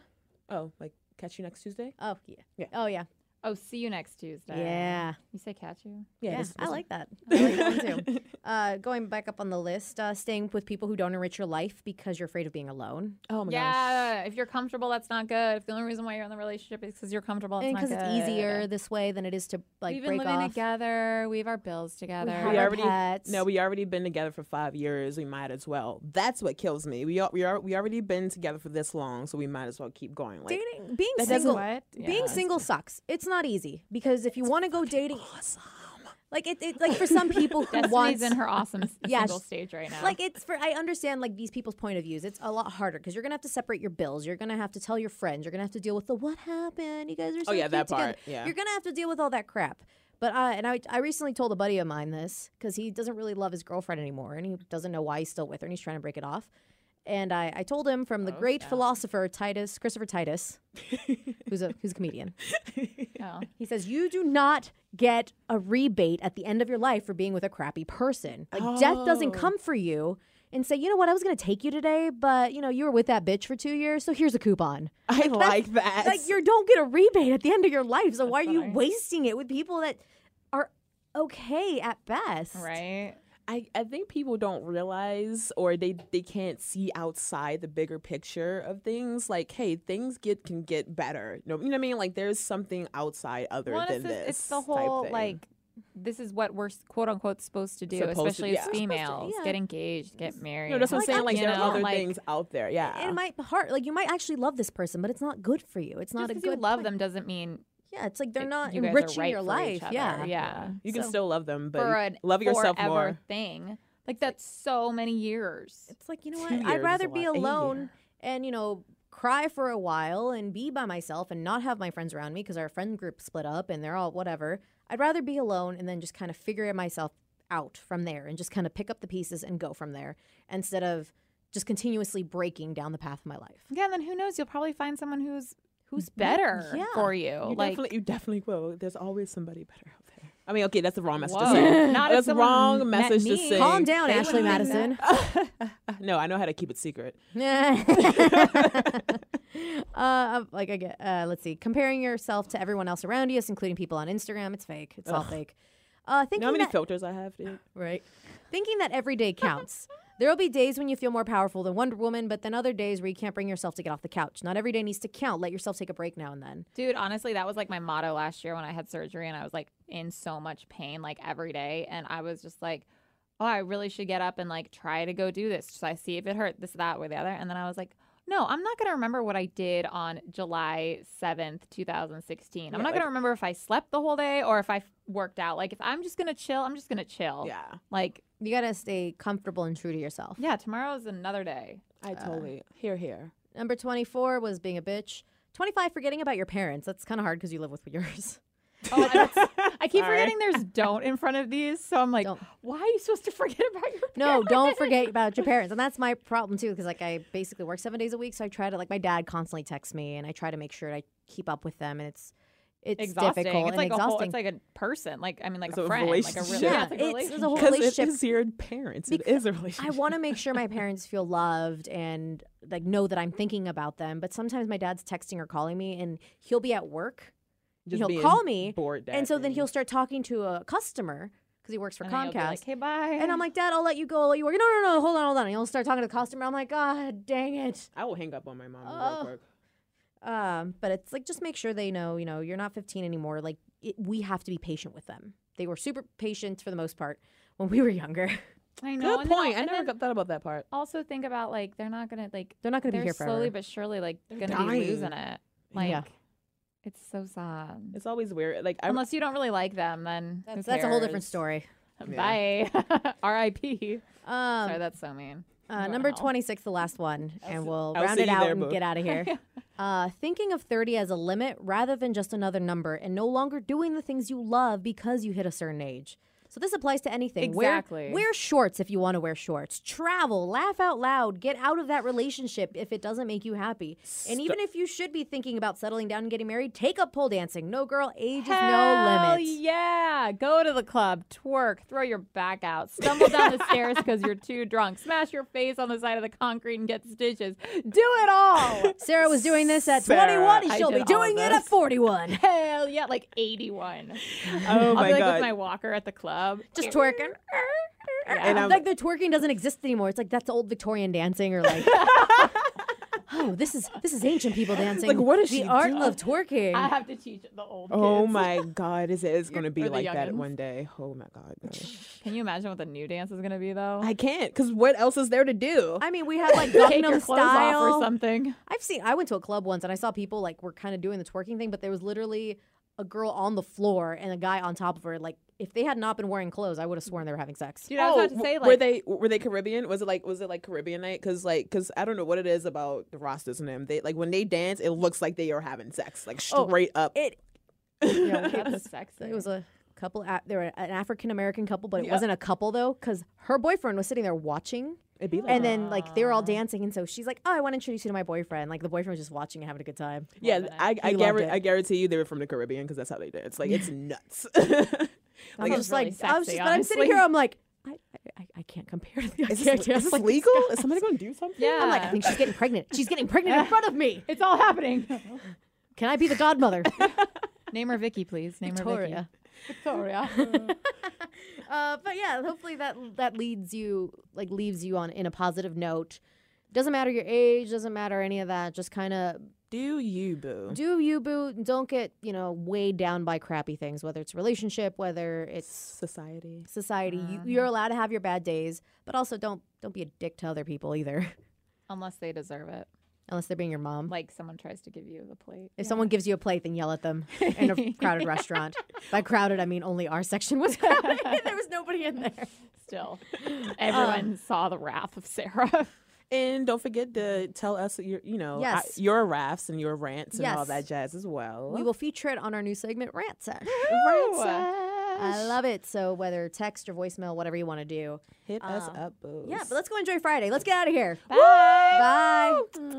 A: Oh, like catch you next Tuesday?
B: Oh yeah.
A: Yeah.
B: Oh yeah.
C: oh, see you next Tuesday.
B: Yeah.
C: You say catch you.
A: Yeah,
B: Yeah,
A: this-
B: I
A: this-
B: like that. I like that one too. Uh, going back up on the list, uh, staying with people who don't enrich your life because you're afraid of being alone.
A: Oh my gosh.
C: yeah. If you're comfortable, that's not good. If the only reason why you're in the relationship is because you're comfortable, it's
B: and
C: not
B: because it's
C: good.
B: easier this way than it is to like
C: We've been
B: break
C: living
B: off.
C: together. We have our bills together.
B: have
A: We
B: our
A: already
B: pets.
A: no, we already been together for five years. We might as well. That's what kills me. We are, we are we already been together for this long, so we might as well keep going. Like
B: Dating, being
A: That doesn't-
B: single,
C: What?
B: being
C: Yeah.
B: single sucks. It's not easy because if you want to go dating,
A: awesome.
B: like it, it, like for some people who
C: Destiny's
B: want,
C: in her awesome s-
B: Yeah,
C: single
B: sh-
C: stage right now.
B: like it's for I understand like these people's point of views. It's a lot harder because you're gonna have to separate your bills. You're gonna have to tell your friends. You're gonna have to deal with the what happened. You guys are so
A: Oh, yeah,
B: cute
A: that
B: together.
A: part, yeah.
B: You're gonna have to deal with all that crap. But uh, and I I recently told a buddy of mine this because he doesn't really love his girlfriend anymore and he doesn't know why he's still with her and he's trying to break it off. And I, I told him from the
A: Oh,
B: great philosopher Titus Christopher Titus, who's a who's a comedian.
C: oh.
B: He says, You do not get a rebate at the end of your life for being with a crappy person. Like, death doesn't
C: Oh.
B: come for you and say, You know what? I was going to take you today, but you know, you were with that bitch for two years, so here's a coupon.
A: I like that.
B: Like, you don't get a rebate at the end of your life. So, why are you
C: funny.
B: wasting it with people that are okay at best?
C: Right.
A: I, I think people don't realize or they, they can't see outside the bigger picture of things. Like, hey, things get can get better. No, you know what I mean? Like there's something outside other
C: Well, and
A: than
C: it's,
A: this.
C: the- it's the
A: type
C: whole
A: thing.
C: like this is what we're s- quote unquote supposed to do,
A: Supposed to-
C: especially
A: yeah.
C: as
A: Supposed
B: to,
C: females.
B: yeah.
C: Get engaged, get married.
A: No, that's what I'm
B: Like,
A: saying. Like
C: you
A: there
C: know,
A: are other
C: like,
A: things out there. Yeah.
B: It might hurt. Like, you might actually love this person, but it's not good for you. It's not
C: Just
B: a
C: 'cause
B: good
C: you love
B: plan.
C: them doesn't mean
B: Yeah, it's like they're not
C: you guys are
B: enriching
C: right
B: your
C: for each
B: life.
C: other.
B: Yeah.
C: yeah.
A: you can
B: so-
A: still love them, but
C: for an
A: love yourself
C: forever
A: more.
C: thing. Like that's so many years.
B: It's like, you know what?
A: Two years
B: I'd
A: is
B: rather
A: a
B: be
A: lot. A
B: alone
A: year.
B: and, you know, cry for a while and be by myself and not have my friends around me because our friend group split up and they're all whatever. I'd rather be alone and then just kind of figure it myself out from there and just kind of pick up the pieces and go from there instead of just continuously breaking down the path of my life.
C: Yeah, then who knows? You'll probably find someone who's who's better
B: yeah.
C: for you.
A: You
C: like
A: definitely, you definitely will. There's always somebody better out there. I mean, okay, that's the wrong message to
C: Whoa.
A: send.
C: Not if
A: that's the
C: someone
A: wrong
C: met
A: message to
C: me.
A: send.
B: Calm down,
C: They
B: Ashley
C: wouldn't do
B: Madison.
A: no, I know how to keep it secret.
B: uh, like I get, uh, let's see, comparing yourself to everyone else around you, us, including people on Instagram. It's fake. It's all fake. Uh,
A: You
B: thinking
A: know how many
B: that-
A: filters I have, dude?
B: right? Thinking that every day counts. There will be days when you feel more powerful than Wonder Woman, but then other days where you can't bring yourself to get off the couch. Not every day needs to count. Let yourself take a break now and then.
C: Dude, honestly, that was like my motto last year when I had surgery and I was like in so much pain like every day. And I was just like, oh, I really should get up and like try to go do this. So I see if it hurt this, that, or the other. And then I was like, no, I'm not going to remember what I did on July 7th, 2016. I'm
A: Yeah,
C: not going
A: like-
C: to remember if I slept the whole day or if I f- worked out. Like, if I'm just going to chill, I'm just going to chill.
A: Yeah,
C: Like,
B: You gotta stay comfortable and true to yourself.
C: yeah, tomorrow's another day.
A: I totally hear here.
B: Number 24 was being a bitch. 25, forgetting about your parents. That's kind of hard because you live with yours.
C: Oh, and it's- I keep
A: Sorry.
C: forgetting there's don't in front of these. So I'm like,
B: Don't.
C: why are you supposed to forget about your
B: No, don't forget about your parents. And that's my problem too, because like I basically work seven days a week. So I try to, like, my dad constantly texts me and I try to make sure I keep up with them. And it's, it's
C: exhausting. it's
B: difficult and
C: like
B: exhausting.
C: a whole, it's like a person. Like I mean, like
A: It's
C: a
A: a
C: friend, like a
A: relationship.
C: real, yeah, it's, like a
B: Yeah, it's- there's
C: relationship.
B: a whole
A: Because it
B: relationship-
A: is your parents. It
B: Because
A: is a relationship.
B: I want to make sure my parents feel loved and like know that I'm thinking about them. But sometimes my dad's texting or calling me, and he'll be at work, and
A: Just
B: he'll
A: being
B: call me,
A: bored that
B: and so then
A: day.
B: he'll start talking to a customer because he works for
C: And then you'll
B: Comcast.
C: be like, hey, bye.
B: and I'm like, Dad, I'll let you go. I'll let you work. No, no, no, hold on, hold on. And he'll start talking to the customer. I'm like, God, dang it.
A: I will hang up on my mom
B: Oh.
A: real quick.
B: Um, but it's like just make sure they know, you know, you're not 15 anymore. Like it, we have to be patient with them. They were super patient for the most part when we were younger.
C: I know.
A: Good
C: and then
A: point.
C: al-
A: I
C: and
A: never
C: then
A: got thought about that part.
C: Also think about like they're not gonna like
B: They're not going to
C: they're
B: be here forever.
C: slowly but surely like
A: They're
C: gonna
A: dying.
C: be losing it. Like
B: Yeah.
C: it's so sad.
A: It's always weird. Like I,
C: Unless you don't really like them, then who
B: that's, that's a whole different
C: cares?
B: story.
C: Bye. R.I.P.
B: Um,
C: Sorry, that's so mean.
B: Uh,
C: What
B: number
C: else?
B: 26, the last one, and we'll
A: I'll
B: round
A: see
B: it
A: you
B: out
A: there,
B: and
A: boo.
B: get out of here. uh, thinking of 30 as a limit rather than just another number and no longer doing the things you love because you hit a certain age. So this applies to anything. Wear-
C: Exactly.
B: Wear, shorts if you want to wear shorts. Travel, laugh out loud, get out of that relationship if it doesn't make you happy. And even if you should be thinking about settling down and getting married, take up pole dancing. No girl, age is no
C: Hell
B: limit.
C: Yeah. Go to the club, twerk, throw your back out, stumble down the stairs because you're too drunk, smash your face on the side of the concrete and get stitches. Do it all.
B: Sarah was doing this at
A: Sarah,
B: 21 and
C: I
B: she'll
C: did
B: be
C: all of
B: doing it at
C: this.
B: 41.
C: Hell yeah, like 81.
A: oh
C: I'll
A: my
C: be like
A: god,
C: with my walker at the club.
B: just twerking.
A: And I'm-
B: like the twerking doesn't exist anymore. It's like that's old Victorian dancing, or like, oh, this is this is ancient people dancing.
A: Like, what is
B: the
A: she
B: art
A: doing?
B: of twerking?
C: I have to teach the old
A: oh
C: kids.
A: my god, is it is going to
C: or
A: be
C: the
A: like that
C: youngins.
A: one day? Oh my god, no.
C: Can you imagine what the new dance is going to be though?
A: I can't. Cause what else is there to do?
B: I mean, we have like
C: Take your
B: Gangnam
C: clothes off or
B: Style.
C: something.
B: I've seen. I went to a club once and I saw people like were kind of doing the twerking thing, but there was literally a girl on the floor and a guy on top of her. Like, if they had not been wearing clothes, I would have sworn they were having sex.
C: Dude, I was about to
A: w-
C: say like
A: Oh, were they were they Caribbean? Was it like was it like Caribbean night? Because like because I don't know what it is about the Rastas and them. They like when they dance, it looks like they are having sex, like
B: Oh,
A: straight up.
B: It
C: Yeah, that's sexy.
B: It was a couple. a- They were an African American couple, but it
A: Yeah.
B: wasn't a couple though, because her boyfriend was sitting there watching.
A: It'd be like
B: And
A: that.
B: then like they were
C: Ah.
B: all dancing, and so she's like, "Oh, I want to introduce you to my boyfriend." Like the boyfriend was just watching and having a good time.
A: yeah,
C: loving it.
A: I I,
B: He loved
A: guarantee,
B: it.
A: I guarantee you they were from the Caribbean because that's how they dance. Like it's nuts.
B: I'm
A: Like,
B: just
C: really
B: like, I was
C: sexy,
B: just, but I'm sitting
C: honestly.
B: here, I'm like, I, I, I can't compare. The, I
A: is
B: can't
A: this,
B: dance
A: is this
B: like
A: legal?
B: guy.
A: Is somebody gonna do something?
C: yeah.
B: I'm like, I think she's getting pregnant. She's getting pregnant in front of me.
C: it's all happening.
B: Can I be the godmother?
C: Name her Vicky, please. Name her
B: Victoria.
C: Vicky. Victoria.
B: uh, but yeah, hopefully that that leads you like leaves you on in a positive note. Doesn't matter your age, doesn't matter any of that. Just kind of
A: Do you boo?
B: do you boo. Don't get you know weighed down by crappy things, whether it's relationship, whether it's
A: Society.
B: society. You,
C: Uh-huh.
B: you're allowed to have your bad days, but also don't don't be a dick to other people either,
C: Unless they deserve it.
B: unless they're being your mom.
C: Like someone tries to give you the plate.
B: if someone gives you a plate, then yell at them in a crowded restaurant. By crowded, I mean only our section was crowded. there was nobody in there.
C: Still, everyone saw the wrath of Sarah.
A: And don't forget to tell us your you know I-
B: Yes.
A: your rafts and your rants and all
B: Yes.
A: that jazz as well.
B: We will feature it on our new segment, Rant Sesh. I love it. So whether text or voicemail, whatever you want to do.
A: Hit us up, boo.
B: Yeah, but let's go enjoy Friday. Let's get out of here.
C: Bye.
B: Bye.
A: mm,